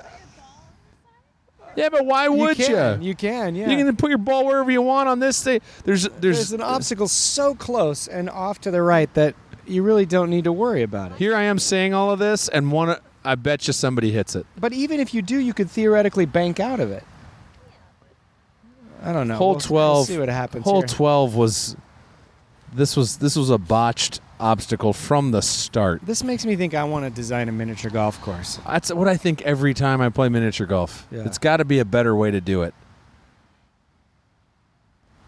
S2: yeah, but why would
S1: you can,
S2: you?
S1: you can, yeah.
S2: You can put your ball wherever you want on this thing. There's there's,
S1: There's an obstacle so close and off to the right that you really don't need to worry about it.
S2: here I am saying all of this, and one I bet you somebody hits it.
S1: But even if you do, you could theoretically bank out of it. I don't know.
S2: Hole
S1: We'll- we'll
S2: twelve.
S1: see what happens.
S2: Hole
S1: here.
S2: twelve was this was this was a botched obstacle from the start.
S1: This makes me think I want to design a miniature golf course.
S2: That's what I think every time I play miniature golf.
S1: Yeah.
S2: It's got to be a better way to do it.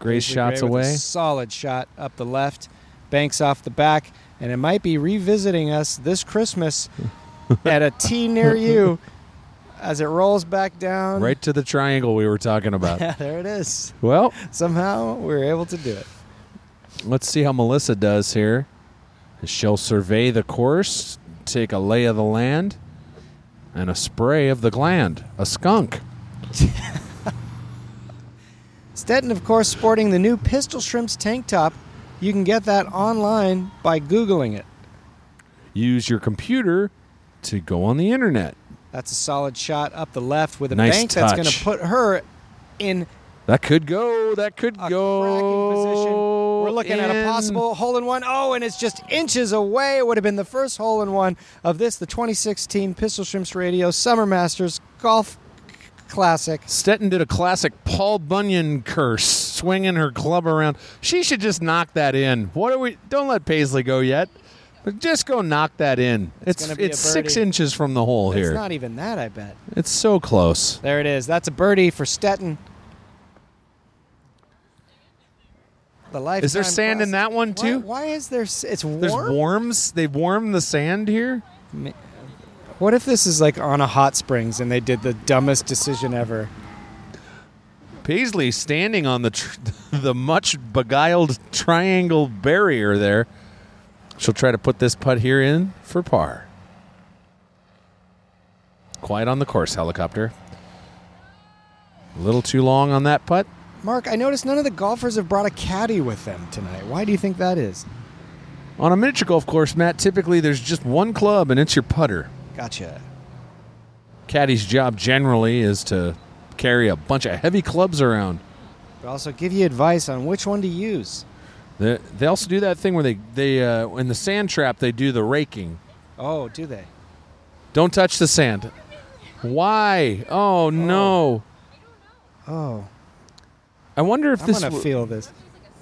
S2: Grace
S1: Paisley
S2: shots
S1: Gray with a
S2: away.
S1: solid shot up the left, banks off the back, and it might be revisiting us this Christmas at a tee near you as it rolls back down.
S2: Right to the triangle we were talking about.
S1: there it is.
S2: well,
S1: Somehow we were able to do it.
S2: let's see how Melissa does here. She'll survey the course, take a lay of the land, and a spray of the gland. A skunk.
S1: Stetton, of course, sporting the new Pistol Shrimps tank top. You can get that online by Googling it.
S2: Use your computer to go on the internet.
S1: That's a solid shot up the left with a
S2: Nice
S1: bank that's going
S2: touch.
S1: to put her in
S2: That could go. That could
S1: a
S2: go.
S1: cracking position. We're looking at a
S2: in.
S1: possible hole in one. Oh, and it's just inches away. It would have been the first hole in one of this, the 2016 Pistol Shrimps Radio Summer Masters Golf Classic.
S2: Stetton did a classic Paul Bunyan curse, swinging her club around. She should just knock that in. What are we? Don't let Paisley go yet. But just go knock that in. It's
S1: gonna
S2: it's,
S1: be a
S2: six
S1: birdie.
S2: inches from the hole
S1: It's
S2: here.
S1: not even that, I bet.
S2: it's so close.
S1: There it is. That's a birdie for Stetton. The life.
S2: Is there sand in that one, too?
S1: Why, why is there? s- It's warm.
S2: There's worms. They warm the sand here.
S1: What if this is like on a hot springs and they did the dumbest decision ever?
S2: Paisley standing on the tr- the much beguiled triangle barrier there. She'll try to put this putt here in for par. Quiet on the course, helicopter. A little too long on that putt.
S1: Mark, I noticed none of the golfers have brought a caddy with them tonight. Why do you think that is?
S2: On a miniature golf course, Matt, typically there's just one club and it's your putter.
S1: Gotcha.
S2: caddy's job generally is to carry a bunch of heavy clubs around.
S1: But also give you advice on which one to use.
S2: They, they also do that thing where they they uh, in the sand trap they do the raking.
S1: Oh, do they?
S2: Don't touch the sand. Why? Oh no!
S1: Oh,
S2: I wonder if
S1: I'm
S2: this.
S1: gonna
S2: w-
S1: feel this.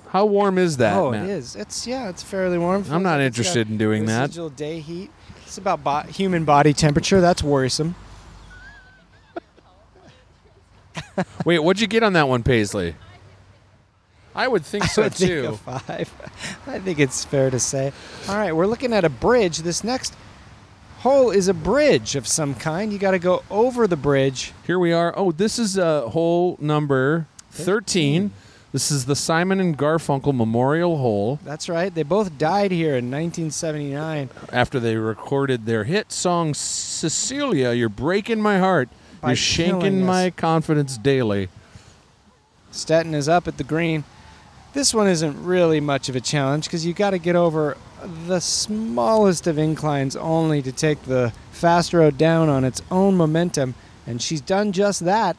S2: how warm is that?
S1: oh,
S2: Matt?
S1: it is. It's yeah, it's fairly warm. Feels
S2: not
S1: it's got
S2: interested in doing that.
S1: Residual day heat. It's about bo- human body temperature. That's worrisome.
S2: Wait, what'd you get on that one, Paisley? I would think so
S1: I think a
S2: too.
S1: five. I think it's fair to say. All right, we're looking at a bridge. This next hole is a bridge of some kind. You got to go over the bridge.
S2: Here we are. Oh, this is uh, hole number thirteen. This is the Simon and Garfunkel Memorial Hole.
S1: That's right. They both died here in 1979
S2: after they recorded their hit song Cecilia, You're Breaking My Heart.
S1: By
S2: You're shaking
S1: killing us.
S2: my confidence daily.
S1: Stetton is up at the green. This one isn't really much of a challenge because you got to get over the smallest of inclines only to take the fast road down on its own momentum, and she's done just that.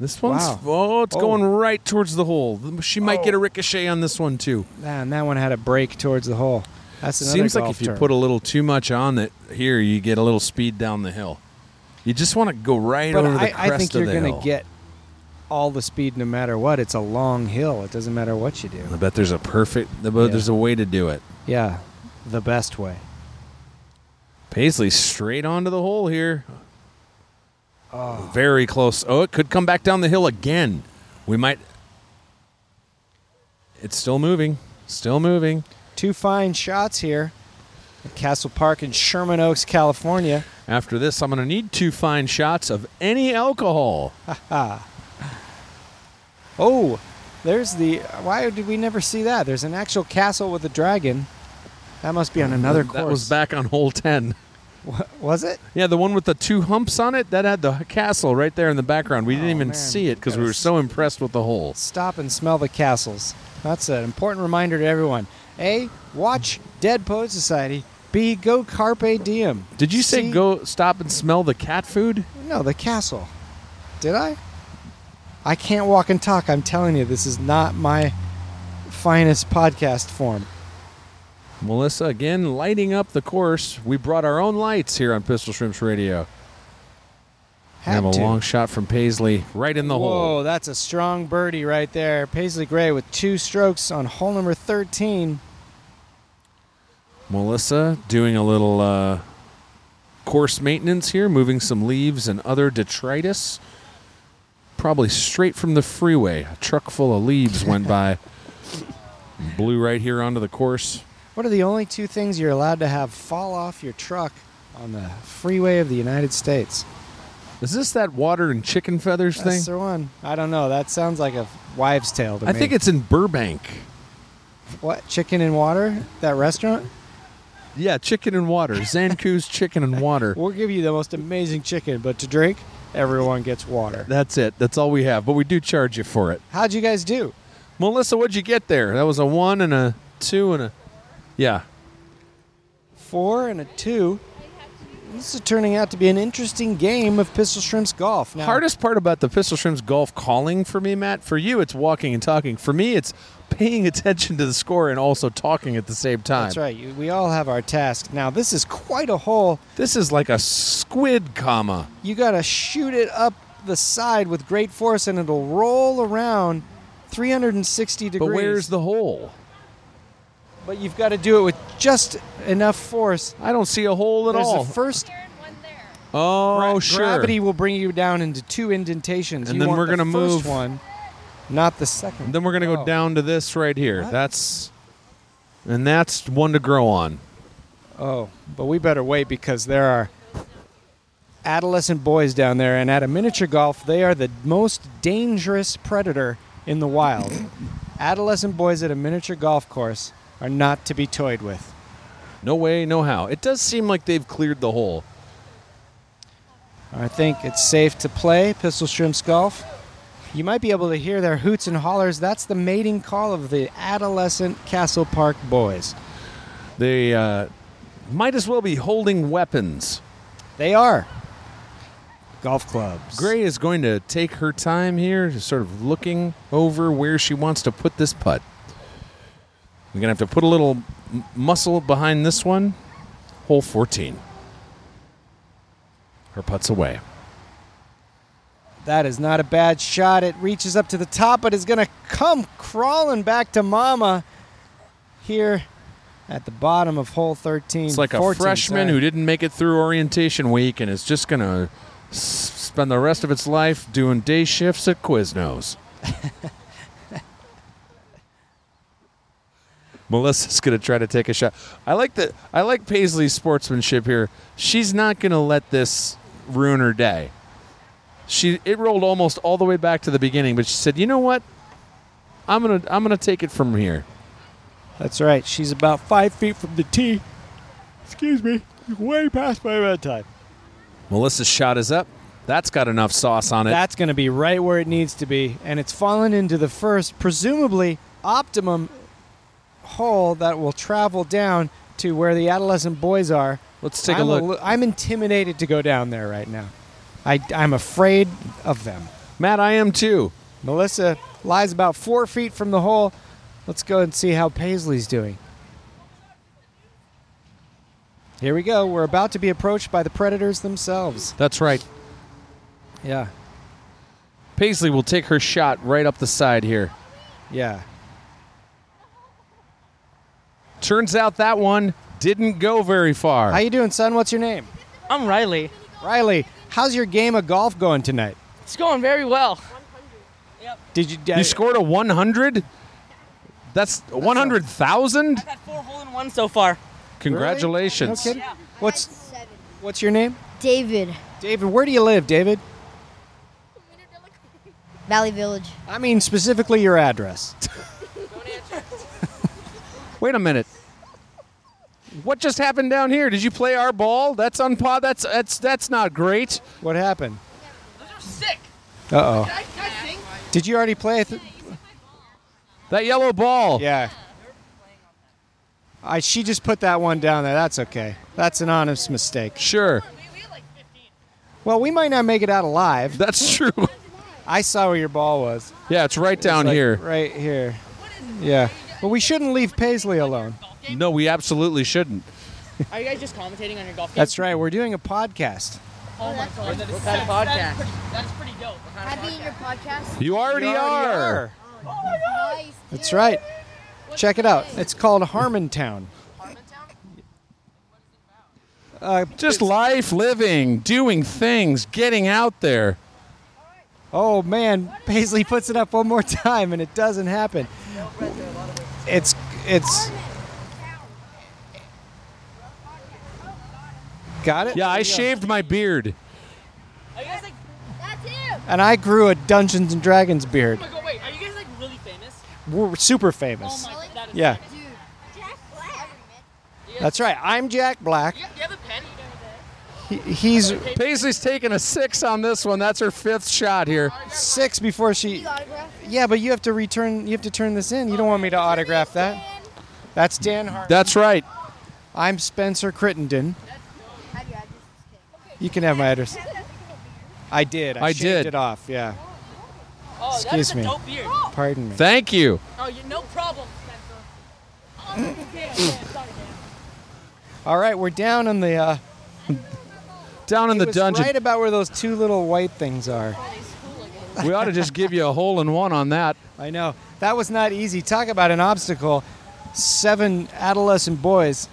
S2: This one's
S1: Wow.
S2: oh, it's
S1: Oh.
S2: going right towards the hole. She might get a ricochet on this one too.
S1: Ah, and that one had a break towards the hole. That's another
S2: Seems like
S1: golf
S2: if you
S1: term.
S2: put a little too much on that here, you get a little speed down the hill. You just want to go right
S1: but
S2: over the
S1: I,
S2: crest
S1: I think
S2: of
S1: you're
S2: the
S1: gonna
S2: hill.
S1: get all the speed no matter what. It's a long hill. It doesn't matter what you do.
S2: I bet there's a perfect. I bet
S1: Yeah.
S2: There's a way to do it.
S1: Yeah, the best way.
S2: Paisley straight onto the hole here.
S1: Ah.
S2: Very close. Oh, it could come back down the hill again. We might. It's still moving. Still moving.
S1: Two fine shots here at Castle Park in Sherman Oaks, California.
S2: After this, I'm going to need two fine shots of any alcohol.
S1: Oh, there's the. Why did we never see that? There's an actual castle with a dragon. That must be on another
S2: Mm-hmm. that
S1: course.
S2: was back on hole 10.
S1: Was it?
S2: Yeah, the one with the two humps on it, that had the castle right there in the background. We didn't
S1: Oh,
S2: even
S1: man.
S2: see it because we
S1: Gotta
S2: were so impressed with the hole.
S1: Stop and smell the castles. That's an important reminder to everyone. A. Watch Dead Poet Society. B. Go carpe diem.
S2: Did you say
S1: C,
S2: go stop and smell the cat food?
S1: No, the castle. Did I? I can't walk and talk. I'm telling you, this is not my finest podcast form.
S2: Melissa again lighting up the course. We brought our own lights here on Pistol Shrimps Radio. We
S1: Had
S2: have a
S1: to.
S2: long shot from Paisley right in the
S1: Whoa,
S2: hole.
S1: that's a strong birdie right there. Paisley Gray with two strokes on hole number 13.
S2: Melissa doing a little uh, course maintenance here, moving some leaves and other detritus. Probably straight from the freeway. A truck full of leaves went by, blew right here onto the course.
S1: What are the only two things you're allowed to have fall off your truck on the freeway of the United States?
S2: Is this that water and chicken feathers thing?
S1: That's the one. I don't know. That sounds like a wives' tale to
S2: I
S1: me.
S2: think it's in Burbank.
S1: what chicken and water? That restaurant?
S2: Yeah, chicken and water. Zancu's chicken and water.
S1: We'll give you the most amazing chicken, but to drink, everyone gets water.
S2: That's it. That's all we have. But we do charge you for it.
S1: How'd you guys do?
S2: Melissa, what'd you get there? That was a one and a two and a. Yeah.
S1: Four and a two. This is turning out to be an interesting game of pistol shrimps golf. Now,
S2: Hardest part about the Pistol Shrimps golf calling for me, Matt, for you, it's walking and talking. For me, it's paying attention to the score and also talking at the same time.
S1: That's right. You- We all have our task. Now, this is quite a hole.
S2: This is like a squid comma.
S1: You got to shoot it up the side with great force and it'll roll around 360
S2: But
S1: degrees.
S2: where's the hole?
S1: But you've got to do it with just enough force.
S2: I don't see a hole at
S1: There's
S2: all.
S1: the first
S2: oh,
S1: gra-
S2: sure.
S1: gravity will bring you down into two indentations.
S2: And
S1: You
S2: then
S1: want
S2: we're
S1: the
S2: gonna
S1: first
S2: move-
S1: one, not the second.
S2: Then we're gonna go
S1: Oh.
S2: down to this right here.
S1: What?
S2: That's and that's one to grow on.
S1: Oh, but we better wait because there are adolescent boys down there, and at a miniature golf, they are the most dangerous predator in the wild. adolescent boys at a miniature golf course are not to be toyed with.
S2: No way, no how. It does seem like they've cleared the hole.
S1: I think it's safe to play Pistol Shrimps Golf. You might be able to hear their hoots and hollers. That's the mating call of the adolescent Castle Park boys.
S2: They uh, might as well be holding weapons.
S1: They are. golf clubs.
S2: Gray is going to take her time here, just sort of looking over where she wants to put this putt. We're going to have to put a little m- muscle behind this one. Hole 14. Her putt's away.
S1: That is not a bad shot. It reaches up to the top, but is going to come crawling back to Mama here at the bottom of hole 13.
S2: It's like a
S1: 14,
S2: freshman
S1: sorry.
S2: who didn't make it through orientation week and is just going to spend the rest of its life doing day shifts at Quiznos. Melissa's going to try to take a shot. I like the I like Paisley's sportsmanship here. She's not going to let this ruin her day. She it rolled almost all the way back to the beginning, but she said, "You know what? I'm going to I'm going to take it from here."
S1: That's right. She's about five feet from the tee. Excuse me. Way past my red time.
S2: Melissa's shot is up. That's got enough sauce on it.
S1: That's going to be right where it needs to be, and it's fallen into the first, presumably optimum hole that will travel down to where the adolescent boys are.
S2: Let's take a
S1: I'm
S2: look.
S1: li- I'm intimidated to go down there right now. I, I'm afraid of them.
S2: Matt, I am too.
S1: Melissa lies about four feet from the hole. Let's go and see how Paisley's doing. Here we go. We're about to be approached by the predators themselves.
S2: That's right.
S1: Yeah.
S2: Paisley will take her shot right up the side here.
S1: Yeah.
S2: Turns out that one didn't go very far.
S1: How you doing, son? What's your name?
S8: I'm Riley.
S1: Riley, how's your game of golf going tonight?
S8: It's going very well.
S1: Did you? uh,
S2: you scored a 100? That's 100,000?
S8: I've had four hole in one so far.
S2: Congratulations.
S1: Really? No kidding? What's What's your name?
S9: David,
S1: David. Where do you live, David?
S9: Valley Village.
S1: I mean specifically your address.
S2: Wait a minute. What just happened down here? Did you play our ball? That's unpod. That's that's that's not great.
S1: What happened?
S8: Sick.
S1: Uh oh. Did you already play? Th-
S2: That yellow ball.
S1: yeah. I she just put that one down there. That's okay. That's an honest mistake.
S2: Sure.
S1: Well, we might not make it out alive.
S2: That's true.
S1: I saw where your ball was.
S2: yeah, it's right down
S1: It's like
S2: here.
S1: Right here. Yeah. But we shouldn't leave Paisley alone.
S2: No, we absolutely shouldn't.
S8: Are you guys just commentating on your golf game?
S1: That's right. We're doing a podcast.
S8: Oh my god. That is kind of podcast? That's pretty, dope.
S9: Happy in your podcast.
S2: You already,
S1: We already
S2: are.
S9: Nice.
S1: That's right. Check it out. It's called Harmontown. Uh,
S2: Just life, living, doing things, getting out there.
S1: oh man, Paisley puts it up one more time and it doesn't happen. It's it's got it.
S2: Yeah, I shaved my beard.
S8: Are you guys like?
S9: That's him.
S1: And I grew a Dungeons and Dragons beard.
S8: Oh my god. Wait. Are you guys like really famous?
S1: We're super famous.
S8: Oh my god. That is
S1: Yeah,
S9: Dude. Jack Black.
S1: that's right. I'm Jack Black.
S8: Do you, do you have a pen?
S1: He- He's
S2: Paisley's taking a six on this one. That's her fifth shot here.
S1: six before she.
S9: Autograph.
S1: Yeah, but you have to return. You have to turn this in. You don't want me to autograph that. That's Dan Harmon.
S2: That's right.
S1: I'm Spencer Crittenden.
S9: Have your address. Just kidding.
S1: You can have my address. I did. I,
S2: I
S1: shaved
S2: did.
S1: it off. Yeah.
S8: Oh, that
S1: Excuse
S8: is a
S1: me.
S8: dope beard.
S1: Pardon me.
S2: Thank you.
S8: Oh, you, no problem, Spencer.
S1: All right, we're down in the. Uh,
S2: Down in
S1: it
S2: the
S1: was
S2: dungeon.
S1: Right about where those two little white things are.
S2: we ought to just give you a hole in one on that.
S1: I know that was not easy. Talk about an obstacle. Seven adolescent boys.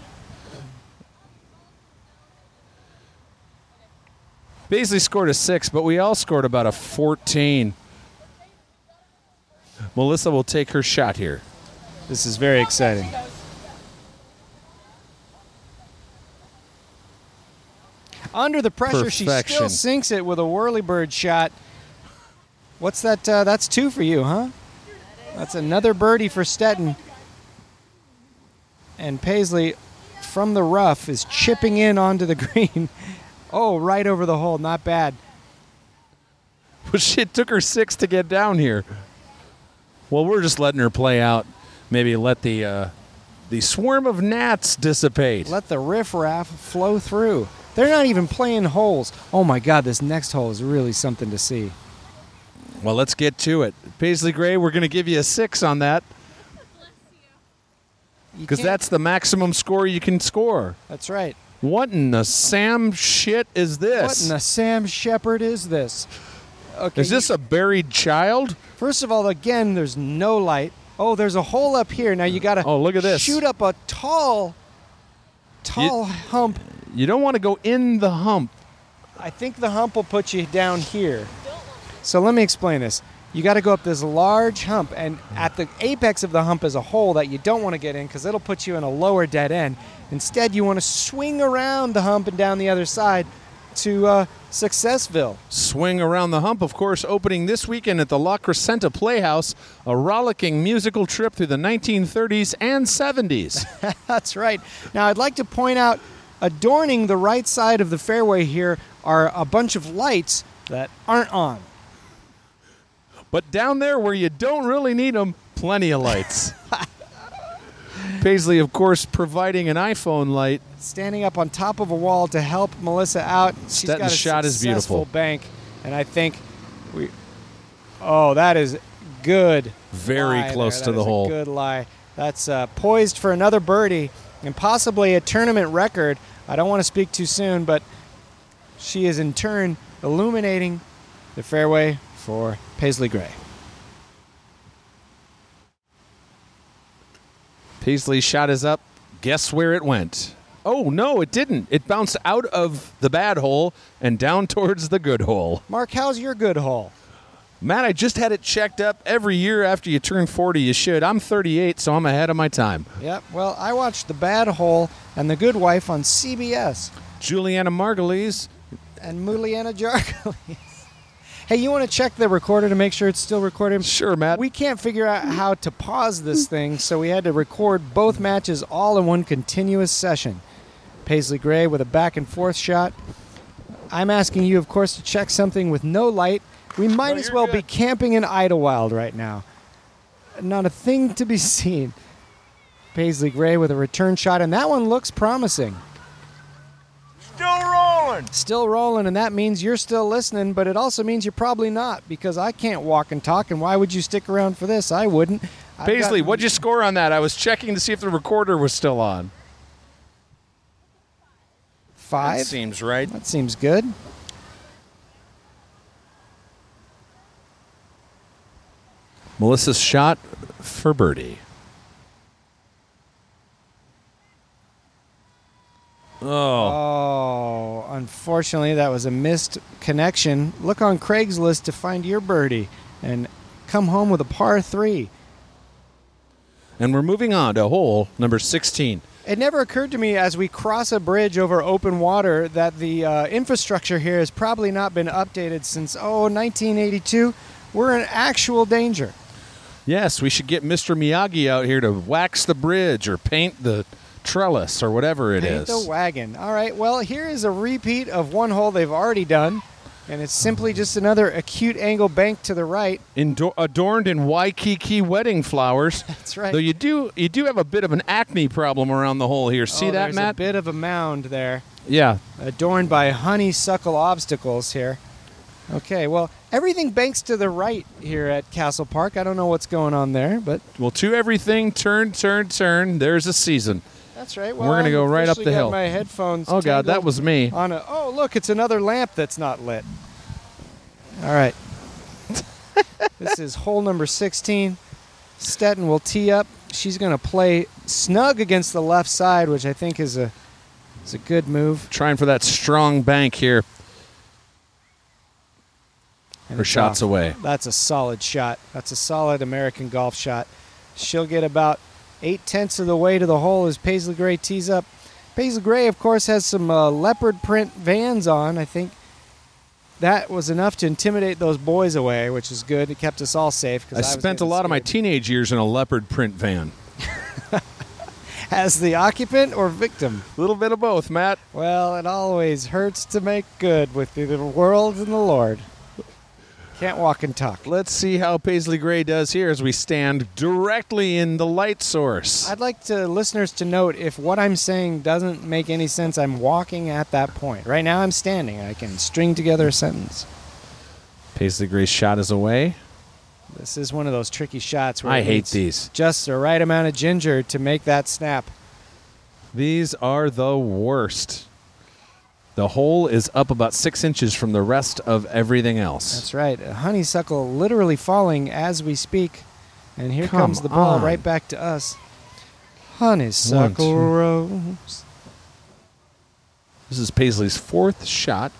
S2: Paisley scored a six, but we all scored about a 14. Melissa will take her shot here.
S1: This is very exciting. Under the pressure, she still
S2: Perfection.
S1: sinks it with a whirlybird shot. What's that? Uh, that's two for you, huh? That's another birdie for Stetton. And Paisley from the rough is chipping in onto the green. Oh, right over the hole. Not bad.
S2: But shit, took her six to get down here. Well, we're just letting her play out. Maybe let the uh, the swarm of gnats dissipate.
S1: Let the riffraff flow through. They're not even playing holes. Oh my God, this next hole is really something to see.
S2: Well, let's get to it. Paisley Gray, we're going to give you a six on that because
S1: can't-
S2: that's the maximum score you can score.
S1: That's right.
S2: What in the Sam shit is
S1: What in
S2: this?
S1: the Sam Shepherd is this? Okay.
S2: is this a buried child?
S1: First of all, again, there's no light. Oh, there's a hole up here. Now you gotta.
S2: Oh, look at this.
S1: Shoot up a tall, tall hump.
S2: You don't want to go in the hump.
S1: I think the hump will put you down here. So let me explain this. You got to go up this large hump, and
S2: Mm.
S1: at the apex of the hump is a hole that you don't want to get in because it'll put you in a lower dead end. Instead, you want to swing around the hump and down the other side to uh, Successville.
S2: Swing around the hump, of course, opening this weekend at the La Crescenta Playhouse, a rollicking musical trip through the 1930s and 70s.
S1: That's right. Now, I'd like to point out adorning the right side of the fairway here are a bunch of lights that aren't on.
S2: but down there where you don't really need them, plenty of lights. Paisley, of course, providing an iPhone light.
S1: Standing up on top of a wall to help Melissa out. She's
S2: Stetton's
S1: got a
S2: shot is
S1: successful
S2: beautiful.
S1: bank, and I think we. Oh, that is good.
S2: Very
S1: lie
S2: close
S1: there.
S2: to
S1: That
S2: the
S1: is a
S2: hole.
S1: good lie. That's uh, poised for another birdie and possibly a tournament record. I don't want to speak too soon, but she is in turn illuminating the fairway for Paisley Gray.
S2: Paisley's shot is up. Guess where it went? Oh, no, it didn't. It bounced out of the bad hole and down towards the good hole.
S1: Mark, how's your good hole?
S2: Matt, I just had it checked up every year after you turn 40. You should. I'm 38, so I'm ahead of my time.
S1: Yep. Well, I watched The Bad Hole and The Good Wife on CBS
S2: Juliana Margulies.
S1: and Muliana Jargolis. hey, you want to check the recorder to make sure it's still recording?
S2: Sure, Matt.
S1: We can't figure out how to pause this thing, so we had to record both matches all in one continuous session. Paisley Gray with a back and forth shot. I'm asking you, of course, to check something with no light. We might as well be camping in Idlewild right now. Not a thing to be seen. Paisley Gray with a return shot, and that one looks promising. Still rolling, and that means you're still listening, but it also means you're probably not because I can't walk and talk, and why would you stick around for this? I wouldn't. I've
S2: Paisley,
S1: got-
S2: what'd you score on that? I was checking to see if the recorder was still on.
S1: Five?
S2: seems right.
S1: That seems good.
S2: Melissa's shot for birdie.
S1: Oh, unfortunately, that was a missed connection. Look on Craigslist to find your birdie and come home with a par three.
S2: And we're moving on to hole number 16.
S1: It never occurred to me as we cross a bridge over open water that the uh, infrastructure here has probably not been updated since, oh, 1982. We're in actual danger.
S2: Yes, we should get Mr. Miyagi out here to wax the bridge or paint the trellis or whatever it is.
S1: Paint the wagon. All right. Well, here is a repeat of one hole they've already done, and it's simply just another acute angle bank to the right.
S2: Indo- adorned in Waikiki wedding flowers.
S1: That's right.
S2: Though you do you do have a bit of an acne problem around the hole here. See
S1: Oh,
S2: that,
S1: there's A
S2: Matt?
S1: bit of a mound there,
S2: yeah.
S1: adorned by honeysuckle obstacles here. Okay. Well, everything banks to the right here at Castle Park. I don't know what's going on there, but
S2: Well, to everything, turn, turn, turn. There's a season.
S1: that's right. Well,
S2: We're gonna
S1: I've
S2: go right up
S1: officially
S2: the
S1: got
S2: hill.
S1: My headphones.
S2: Oh God, that
S1: tangled
S2: was me.
S1: on a. Oh look, it's another lamp that's not lit. All right. this is hole number 16. Stetton will tee up. She's going to play snug against the left side, which I think is a is a good move.
S2: Trying for that strong bank here.
S1: And
S2: Her
S1: it's
S2: shots
S1: off.
S2: away.
S1: That's a solid shot. That's a solid American golf shot. She'll get about eight tenths of the way to the hole as Paisley Gray tees up. Paisley Gray, of course, has some uh, leopard print vans on. I think that was enough to intimidate those boys away, which is good. It kept us all safe. 'cause
S2: I
S1: was
S2: spent a
S1: getting
S2: lot of my
S1: scared.
S2: teenage years in a leopard print van.
S1: as the occupant or victim.
S2: A little bit of both, Matt.
S1: Well, it always hurts to make good with the world and the Lord. Can't walk and talk.
S2: Let's see how Paisley Gray does here as we stand directly in the light source.
S1: I'd like to listeners to note if what I'm saying doesn't make any sense, I'm walking at that point. Right now I'm standing. I can string together a sentence.
S2: Paisley Gray's shot is away.
S1: This is one of those tricky shots where
S2: I
S1: it
S2: hate
S1: needs
S2: these.
S1: Just the right amount of ginger to make that snap.
S2: These are the worst. The hole is up about six inches from the rest of everything else.
S1: That's right. A honeysuckle literally falling as we speak. And here
S2: Come
S1: comes the ball
S2: on.
S1: right back to us. Honeysuckle
S2: two.
S1: rose.
S2: This is Paisley's fourth shot.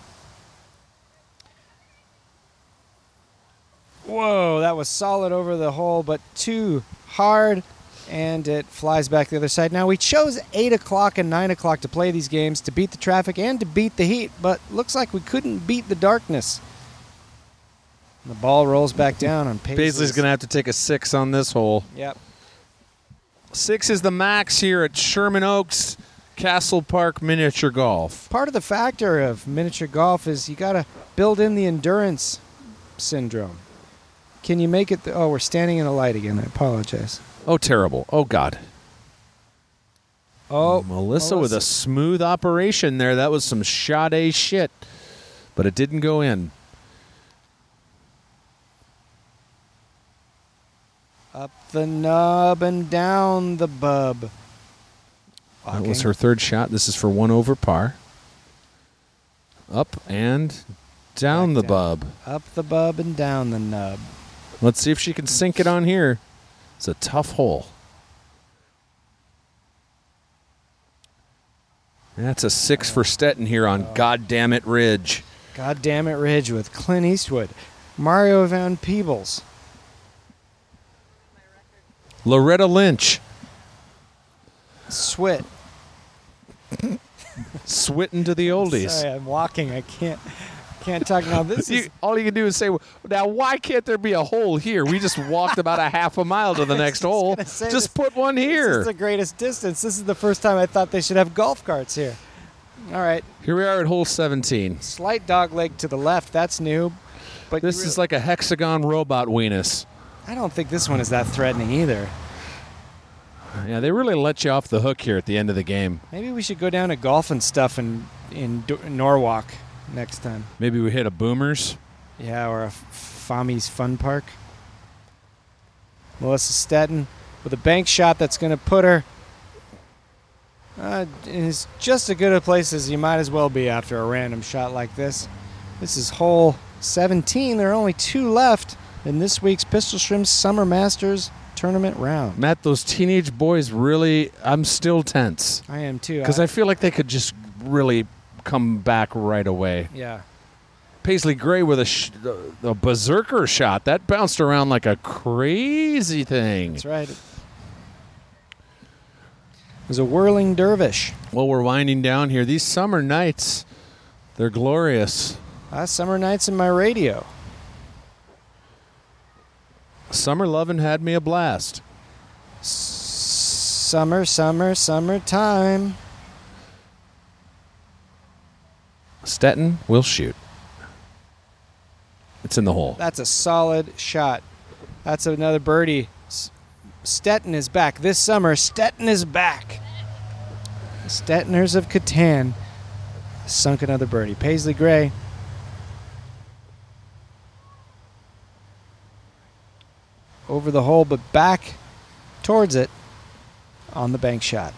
S1: Whoa, that was solid over the hole, but too hard, and it flies back the other side. Now, we chose 8 o'clock and 9 o'clock to play these games to beat the traffic and to beat the heat, but looks like we couldn't beat the darkness. The ball rolls back down on Paisley's.
S2: Paisley's going to have to take a six on this hole.
S1: Yep.
S2: Six is the max here at Sherman Oaks Castle Park Miniature Golf.
S1: Part of the factor of miniature golf is you got to build in the endurance syndrome. Can you make it? Th- oh, we're standing in the light again. I apologize.
S2: Oh, terrible. Oh, God.
S1: Oh,
S2: Melissa, with a smooth operation there. That was some Sade shit, but it didn't go in.
S1: Up the nub and down the bub.
S2: That was
S1: Walking.
S2: her third shot. This is for one over par. Up and down the
S1: Back down.
S2: bub.
S1: Up the bub and down the nub.
S2: Let's see if she can sink it on here. It's a tough hole. That's a six for Stetton here on
S1: Oh.
S2: goddamn it ridge.
S1: God damn it, Ridge with Clint Eastwood, Mario Van Peebles.
S2: Loretta Lynch,
S1: Swit.
S2: switting to the oldies.
S1: Sorry, I'm walking. I can't can't talk now. This
S2: You-
S1: is
S2: all you can do is say, now why can't there be a hole here? We just walked about a half a mile to the next
S1: just
S2: hole.
S1: gonna say
S2: Just
S1: this-
S2: put one
S1: This
S2: here.
S1: is the greatest distance. This is the first time I thought they should have golf carts here. All right,
S2: here we are at hole 17.
S1: slight dog leg to the left. That's new. But you
S2: This is
S1: really-
S2: like a hexagon robot weenus.
S1: I don't think this one is that threatening either.
S2: Yeah, they really let you off the hook here at the end of the game.
S1: Maybe we should go down to golf and stuff in in Do- Norwalk next time.
S2: Maybe we hit a boomers.
S1: Yeah, or a F- Fami's Fun Park. Melissa Stetton with a bank shot that's going to put her uh, in as just as good a place as you might as well be after a random shot like this. This is hole 17. There are only two left in this week's Pistol Shrimp Summer Masters tournament round.
S2: Matt, those teenage boys really, I'm still tense
S1: I am too.
S2: because I feel like they could just really come back right away.
S1: yeah.
S2: Paisley Gray with a, sh- a a berserker shot that bounced around like a crazy thing.
S1: That's right. It was a whirling dervish.
S2: Well, we're winding down here. These summer nights, they're glorious.
S1: Last summer nights in my radio.
S2: Summer lovin' had me a blast.
S1: Summer, summer, summertime.
S2: Stetton will shoot. It's in the hole.
S1: That's a solid shot. That's another birdie. S- Stetton is back this summer. Stetton is back. Stettoners of Catan sunk another birdie. Paisley Gray. Over the hole, but back towards it on the bank shot.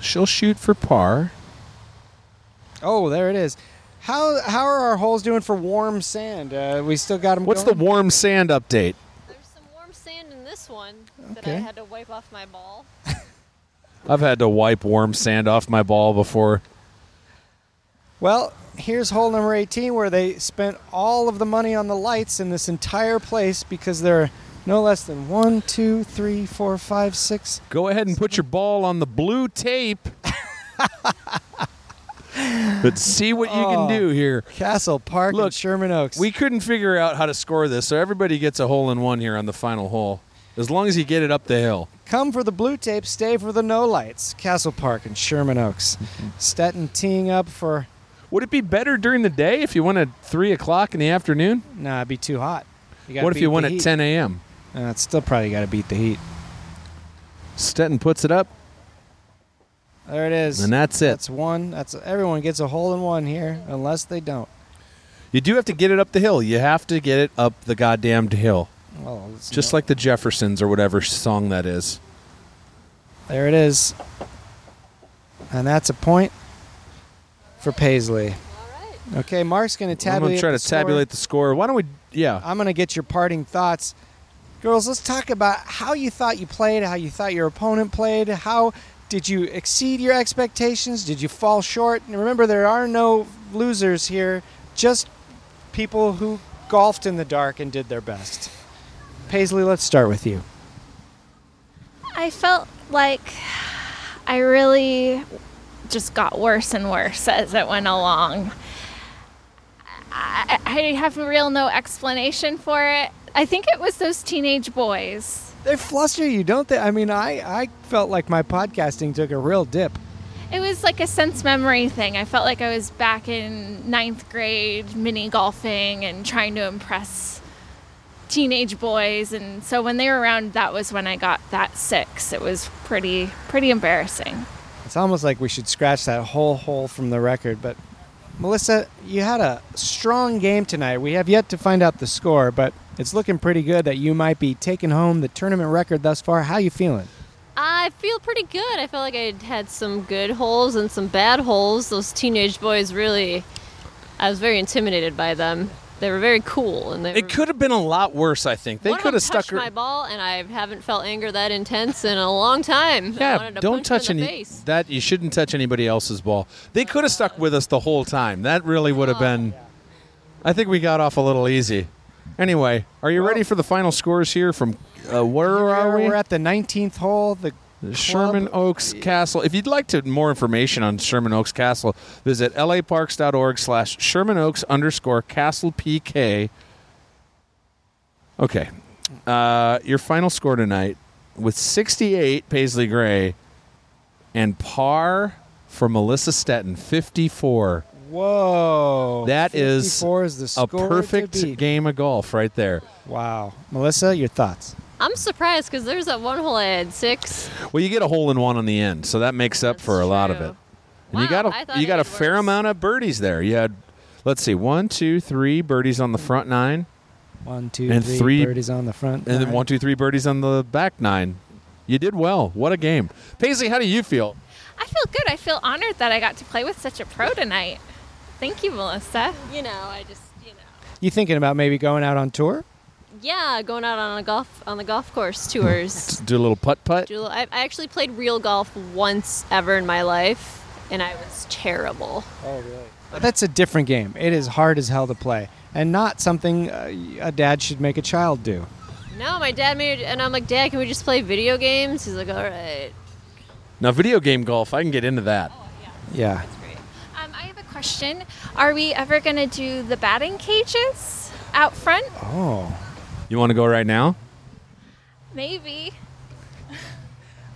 S2: She'll shoot for par.
S1: Oh, there it is. How how are our holes doing for warm sand? Uh, we still got them.
S2: What's the warm sand update?
S4: There's some warm sand in this one that I
S1: Okay.
S4: had to wipe off my ball.
S2: I've had to wipe warm sand off my ball before.
S1: Well, here's hole number 18 where they spent all of the money on the lights in this entire place because there are no less than one, two, three, four, five, six.
S2: Go ahead and put your ball on the blue tape. but see what you can do here.
S1: Castle Park
S2: Look,
S1: and Sherman Oaks.
S2: We couldn't figure out how to score this, so everybody gets a hole in one here on the final hole. As long as you get it up the hill.
S1: come for the blue tape,
S2: Mm-hmm.
S1: stay for the no lights. Castle Park and Sherman Oaks. Stetton teeing up for
S2: Would it be better during the day if you went at three o'clock in the afternoon?
S1: Nah, it'd be too hot. You gotta
S2: What if
S1: beat
S2: you went
S1: the
S2: at
S1: heat.
S2: 10 a.m.?
S1: Uh, it's still probably got to beat the heat.
S2: Stetton puts it up.
S1: There it is.
S2: And that's it.
S1: That's one. That's everyone gets a hole in one here, unless they don't.
S2: You do have to get it up the hill. You have to get it up the goddamned hill.
S1: Well, it's
S2: Just like the Jeffersons or whatever song that is.
S1: There it is. And that's a point for Paisley. Okay, Mark's going to
S2: I'm
S1: tabulate.
S2: going to try to
S1: the score.
S2: tabulate the score. Why don't we? Yeah.
S1: I'm going to get your parting thoughts. Girls, let's talk about how you thought you played, how you thought your opponent played, how did you exceed your expectations? Did you fall short? And remember, there are no losers here, just people who golfed in the dark and did their best. Paisley, let's start with you.
S3: I felt like I really just got worse and worse as it went along. I, I have real no explanation for it. I think it was those teenage boys.
S1: They fluster you, don't they? I mean, I, I felt like my podcasting took a real dip.
S3: It was like a sense memory thing. I felt like I was back in ninth grade mini golfing and trying to impress teenage boys and so when they were around that was when I got that six. It was pretty pretty embarrassing.
S1: It's almost like we should scratch that whole hole from the record. But Melissa, you had a strong game tonight. We have yet to find out the score, but it's looking pretty good that you might be taking home the tournament record thus far. How you feeling?
S4: I feel pretty good. I feel like I had some good holes and some bad holes. Those teenage boys really, I was very intimidated by them. They were very cool, and they
S2: It
S4: were-
S2: could have been a lot worse, I think. They
S4: One of
S2: could
S4: them
S2: have stuck
S4: touched
S2: her.
S4: my ball, and I haven't felt anger that intense in a long time. I
S2: yeah,
S4: wanted to
S2: don't
S4: punch him
S2: touch
S4: in the
S2: any.
S4: face. Uh,
S2: That you shouldn't touch anybody else's ball. They could have stuck with us the whole time. That really would have been. I think we got off a little easy. Anyway, are you ready for the final scores here from uh, where are we?
S1: We're at the 19th hole. The
S2: Sherman
S1: club.
S2: Oaks Castle. If you'd like to more information on Sherman Oaks Castle, visit laparks.org slash Sherman Oaks underscore Castle PK. Okay. Uh, your final score tonight with 68, Paisley Gray, and par for Melissa Stetton, 54.
S1: Whoa.
S2: That is
S1: 54 is the
S2: a
S1: score to
S2: perfect
S1: beat.
S2: game of golf right there.
S1: Wow. Melissa, your thoughts?
S4: I'm surprised because there's that one hole I had six.
S2: Well, you get a hole in one on the end, so that makes up for a lot of
S4: true.
S2: it. And you
S4: Wow,
S2: got
S4: I
S2: a
S4: thought
S2: you
S4: I
S2: got a
S4: did
S2: fair
S4: worse.
S2: amount of birdies there. You had let's see, one, two, three birdies on the front nine,
S1: One, two,
S2: And
S1: three
S2: three-
S1: birdies on the front.
S2: and then
S1: nine.
S2: one, two, three birdies on the back nine. You did well. What a game, Paisley. How do you feel?
S3: I feel good. I feel honored that I got to play with such a pro tonight. Thank you, Melissa.
S4: You know, I just, you know,
S1: You thinking about maybe going out on tour?
S4: yeah, going out on a golf on the golf course tours.
S2: Do a little putt putt.
S4: Jewel- I, I actually played real golf once ever in my life, and I was terrible.
S1: That's a different game. It is hard as hell to play, and not something uh, a dad should make a child do.
S4: No, my dad made, and I'm like, Dad, can we just play video games? He's like, All right.
S2: Now, video game golf. I can get into that.
S1: Yeah.
S3: Um, I have a question. Are we ever going to do the batting cages out front?
S1: Oh,
S2: You want to go right now?
S3: Maybe.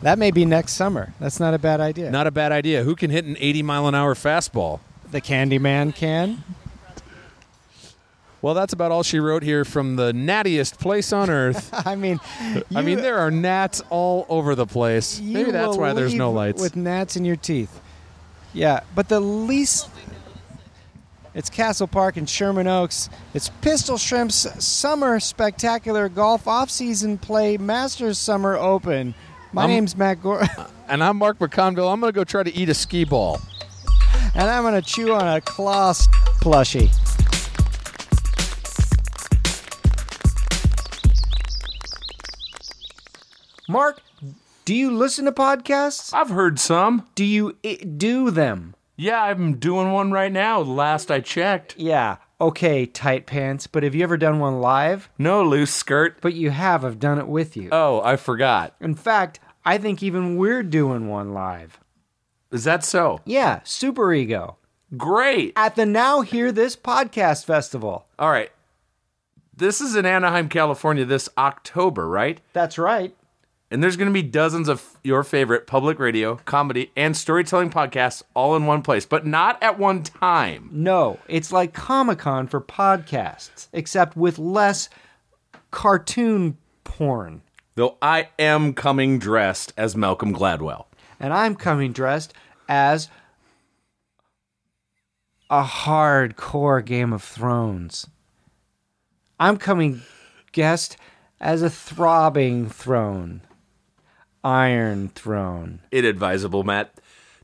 S1: that may be next summer. That's not a bad idea.
S2: Not a bad idea. Who can hit an 80 mile an hour fastball?
S1: the Candyman can.
S2: Well, that's about all she wrote here from the nattiest place on earth.
S1: I mean,
S2: I
S1: you-
S2: mean, there are gnats all over the place.
S1: you
S2: Maybe that's
S1: will
S2: why there's no
S1: leave
S2: lights.
S1: with gnats in your teeth. Yeah, but the least. It's Castle Park in Sherman Oaks. It's Pistol Shrimp's Summer Spectacular Golf Off-Season Play Masters Summer Open. My
S2: I'm-
S1: name's Matt Gore.
S2: and I'm Mark McConville. I'm going to go try to eat a skee ball.
S1: and I'm gonna chew on a Kloss plushie. Mark, do you listen to podcasts?
S10: I've heard some.
S1: Do you I- do them?
S10: Yeah, I'm doing one right now, last I checked.
S1: Yeah. Okay, tight pants. But have you ever done one live?
S10: No loose skirt.
S1: But you have. I've done it with you.
S10: Oh, I forgot.
S1: In fact, I think even we're doing one live.
S10: Is that so?
S1: Yeah, Super Ego
S10: Great.
S1: at the Now Hear This Podcast Festival.
S10: All right. This is in Anaheim, California this October, right?
S1: That's right.
S2: And there's going to be dozens of your favorite public radio, comedy, and storytelling podcasts all in one place, but not at one time.
S1: No, it's like Comic Con for podcasts, except with less cartoon porn.
S2: Though I am coming dressed as Malcolm Gladwell.
S1: And I'm coming dressed as a hardcore Game of Thrones. I'm coming guest as a throbbing throne, Iron Throne.
S2: It advisable, Matt.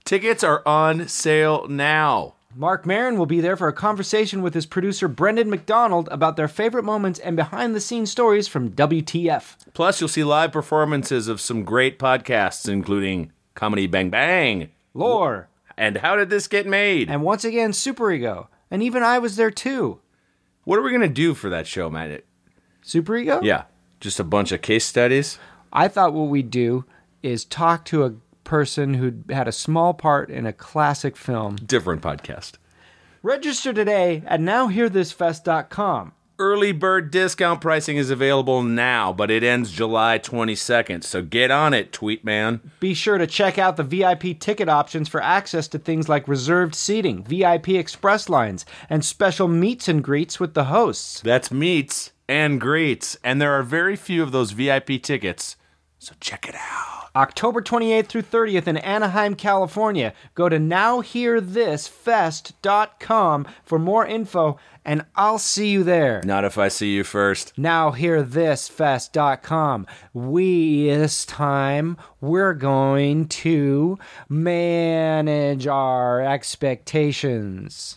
S2: Tickets are on sale now.
S1: Mark Marin will be there for a conversation with his producer Brendan McDonald about their favorite moments and behind the scenes stories from WTF.
S2: Plus, you'll see live performances of some great podcasts, including Comedy Bang Bang
S1: Lore.
S2: and How Did This Get Made?
S1: And once again, Super Ego. And even I was there too.
S2: What are we going to do for that show, Matt?
S1: Super Ego?
S2: Yeah, just a bunch of case studies.
S1: I thought what we'd do is talk to a person who'd had a small part in a classic film.
S2: Different podcast.
S1: Register today at nowhearthisfest.com.
S2: Early bird discount pricing is available now, but it ends July 22nd. So get on it, tweet man.
S1: Be sure to check out the VIP ticket options for access to things like reserved seating, VIP express lines, and special meets and greets with the hosts.
S2: That's meets and greets, and there are very few of those VIP tickets. So check it out.
S1: October 28th through 30th in Anaheim, California. Go to nowhearthisfest.com for more info, and I'll see you there.
S2: Not if I see you first.
S1: nowhearthisfest.com. We this time we're going to manage our expectations.